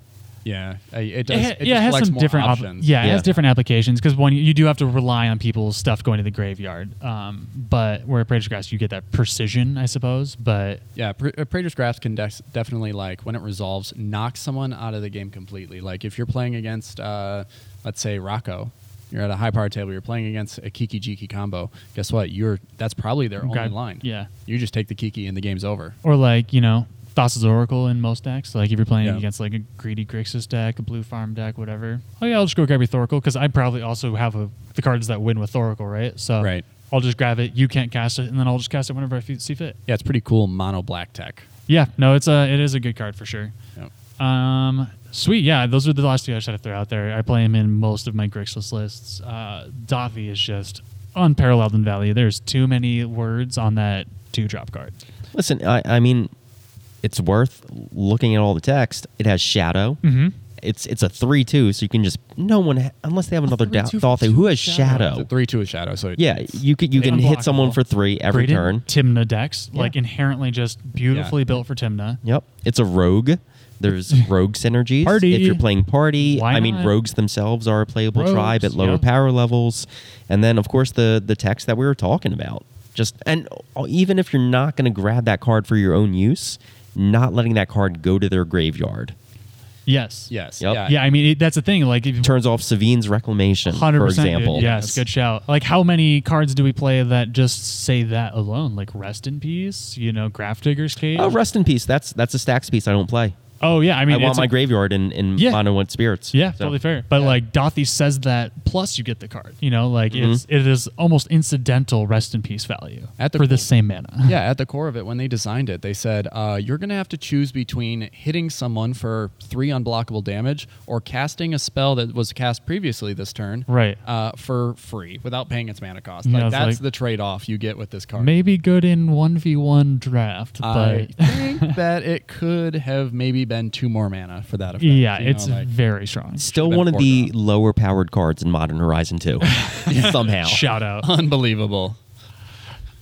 Speaker 3: yeah, uh, it
Speaker 1: It
Speaker 3: does.
Speaker 1: ha-
Speaker 3: It,
Speaker 1: yeah, it has
Speaker 3: just
Speaker 1: some
Speaker 3: more
Speaker 1: different op-
Speaker 3: options.
Speaker 1: yeah, it has
Speaker 2: Yeah.
Speaker 1: different applications because one you do have to rely on people's stuff going to the graveyard. Um, but where Praetor's Grass, you get that precision, I suppose. But
Speaker 3: yeah. Pra- uh, Praetor's Grasp can dex- definitely like when it resolves, knock someone out of the game completely. Like if you're playing against, uh, let's say Rocco. You're at a high power table. You're playing against a Kiki Jiki combo. Guess what? You're that's probably their only
Speaker 1: Grab-
Speaker 3: line.
Speaker 1: yeah.
Speaker 3: You just take the Kiki and the game's over.
Speaker 1: or like you know Thassa's Oracle in most decks. Like if you're playing
Speaker 3: Yeah.
Speaker 1: against like a greedy Grixis deck, a blue farm deck, whatever. Oh yeah, I'll just go grab your Thoracle because I probably also have a, the cards that win with Thoracle, right? So
Speaker 3: Right.
Speaker 1: I'll just grab it. You can't cast it, and then I'll just cast it whenever I fe- see fit.
Speaker 3: Yeah, it's pretty cool mono black tech.
Speaker 1: Yeah, no, it's a it is a good card for sure.
Speaker 3: Yeah.
Speaker 1: Um, sweet. Yeah, those are the last two I should throw out there. I play him in most of my Grixis lists. Uh, Dothy is just unparalleled in value. There's too many words on that two drop card.
Speaker 2: Listen, I, I mean, it's worth looking at all the text. It has shadow.
Speaker 1: Mhm.
Speaker 2: It's it's a three two, so you can just no one ha- unless they have another da-
Speaker 1: 3-2
Speaker 2: Dalthy who has
Speaker 1: shadow.
Speaker 2: shadow.
Speaker 3: It's a three two is shadow. So it,
Speaker 2: Yeah, you can you can hit someone
Speaker 1: Unblockable.
Speaker 2: for three every
Speaker 1: Braden,
Speaker 2: turn.
Speaker 1: Timna decks,
Speaker 2: Yeah.
Speaker 1: like inherently just beautifully built for Timna.
Speaker 2: Yep, it's a rogue.
Speaker 1: (laughs)
Speaker 2: There's rogue synergies.
Speaker 1: Party.
Speaker 2: If you're playing party,
Speaker 1: Why
Speaker 2: I mean,
Speaker 1: not?
Speaker 2: rogues themselves are a playable
Speaker 1: Rogues,
Speaker 2: tribe at lower
Speaker 1: yeah.
Speaker 2: power levels, and then of course the the text that we were talking about. Just and even if you're not going to grab that card for your own use, not letting that card go to their graveyard.
Speaker 1: Yes.
Speaker 3: Yes.
Speaker 2: Yep.
Speaker 3: Yeah.
Speaker 1: Yeah. I mean, it, that's the thing. Like, if,
Speaker 2: Turns off Savine's reclamation, for
Speaker 1: 100%.
Speaker 2: example.
Speaker 1: dude. Yes, good shout. Like, how many cards do we play that just say that alone? Like, rest in peace, you know, Graft Digger's Cage.
Speaker 2: Oh, rest in peace. That's that's a stacks piece I don't play.
Speaker 1: Oh, yeah. I
Speaker 2: I,
Speaker 1: mean,
Speaker 2: want
Speaker 1: it's
Speaker 2: my
Speaker 1: a-
Speaker 2: graveyard in, in
Speaker 1: Yeah.
Speaker 2: mono and spirits.
Speaker 1: Yeah,
Speaker 2: So,
Speaker 1: totally fair. But
Speaker 3: Yeah.
Speaker 1: like Dothy says that, plus you get the card. You know, like it's it is almost incidental rest in peace value
Speaker 3: Mm-hmm. At the
Speaker 1: for
Speaker 3: core.
Speaker 1: the same mana.
Speaker 3: yeah, at the core of it, when they designed it, they said uh, you're going to have to choose between hitting someone for three unblockable damage or casting a spell that was cast previously this turn,
Speaker 1: Right.
Speaker 3: Uh, for free without paying its mana cost.
Speaker 1: Yeah,
Speaker 3: Like,
Speaker 1: it's
Speaker 3: that's
Speaker 1: like-
Speaker 3: the trade-off you get with this card.
Speaker 1: Maybe good in one v one draft,
Speaker 3: I
Speaker 1: but
Speaker 3: think (laughs) that it could have maybe been two more mana for that
Speaker 1: (laughs)
Speaker 3: effect.
Speaker 1: yeah,
Speaker 3: you know,
Speaker 1: it's
Speaker 3: like-
Speaker 1: very strong.
Speaker 2: Still
Speaker 3: Should've
Speaker 2: one
Speaker 3: been
Speaker 2: of the
Speaker 3: foreground.
Speaker 2: lower powered cards in Modern Horizon 2. (laughs)
Speaker 1: (laughs)
Speaker 2: Somehow.
Speaker 1: Shout out.
Speaker 3: (laughs) unbelievable.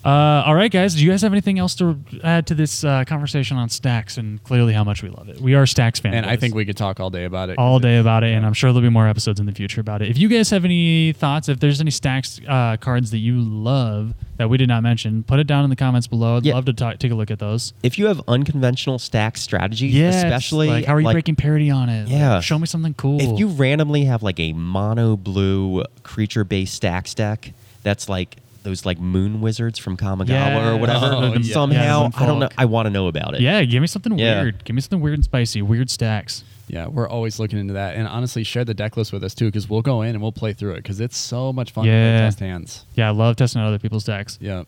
Speaker 1: Uh, all right, guys. Do you guys have anything else to add to this uh, conversation on stacks and clearly how much we love it? We are stacks fans.
Speaker 3: And I think we could talk all day about it.
Speaker 1: all day about it, and I'm sure there'll be more episodes in the future about it. If you guys have any thoughts, if there's any stacks uh, cards that you love that we did not mention, put it down in the comments below. I'd
Speaker 2: Yeah.
Speaker 1: love to ta take a look at those.
Speaker 2: If you have unconventional stack strategies,
Speaker 1: Yeah, it's
Speaker 2: especially
Speaker 1: like how are you breaking parity on it? Like,
Speaker 2: Yeah.
Speaker 1: show me something cool.
Speaker 2: If you randomly have like a mono blue creature based stack stack that's like those like moon wizards from Kamigawa
Speaker 1: Yeah.
Speaker 2: or whatever,
Speaker 3: Oh, yeah.
Speaker 2: somehow
Speaker 1: Yeah,
Speaker 2: I don't know.
Speaker 1: Moonfolk.
Speaker 2: I want to know about it.
Speaker 1: yeah, give me something
Speaker 2: Yeah.
Speaker 1: weird. Give me something weird and spicy. Weird stacks.
Speaker 3: Yeah, we're always looking into that. And honestly, share the deck list with us too, because we'll go in and we'll play through it because it's so much fun to
Speaker 1: Yeah.
Speaker 3: play test hands.
Speaker 1: Yeah, I love testing out other people's decks.
Speaker 3: Yeah.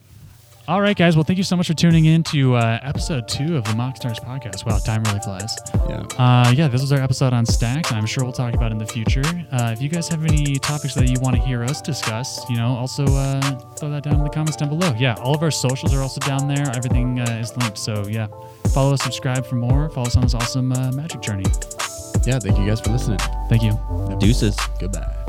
Speaker 1: All right, guys. Well, thank you so much for tuning in to uh, episode two of the Mock Stars podcast. Wow, time really flies.
Speaker 3: Yeah.
Speaker 1: Uh, yeah, this was our episode on stacks, and I'm sure we'll talk about it in the future. Uh, if you guys have any topics that you want to hear us discuss, you know, also uh, throw that down in the comments down below. Yeah, all of our socials are also down there. Everything uh, is linked. So yeah, follow us, subscribe for more. Follow us on this awesome uh, magic journey.
Speaker 3: Yeah. Thank you guys for listening.
Speaker 1: Thank you.
Speaker 2: Deuces.
Speaker 3: Goodbye.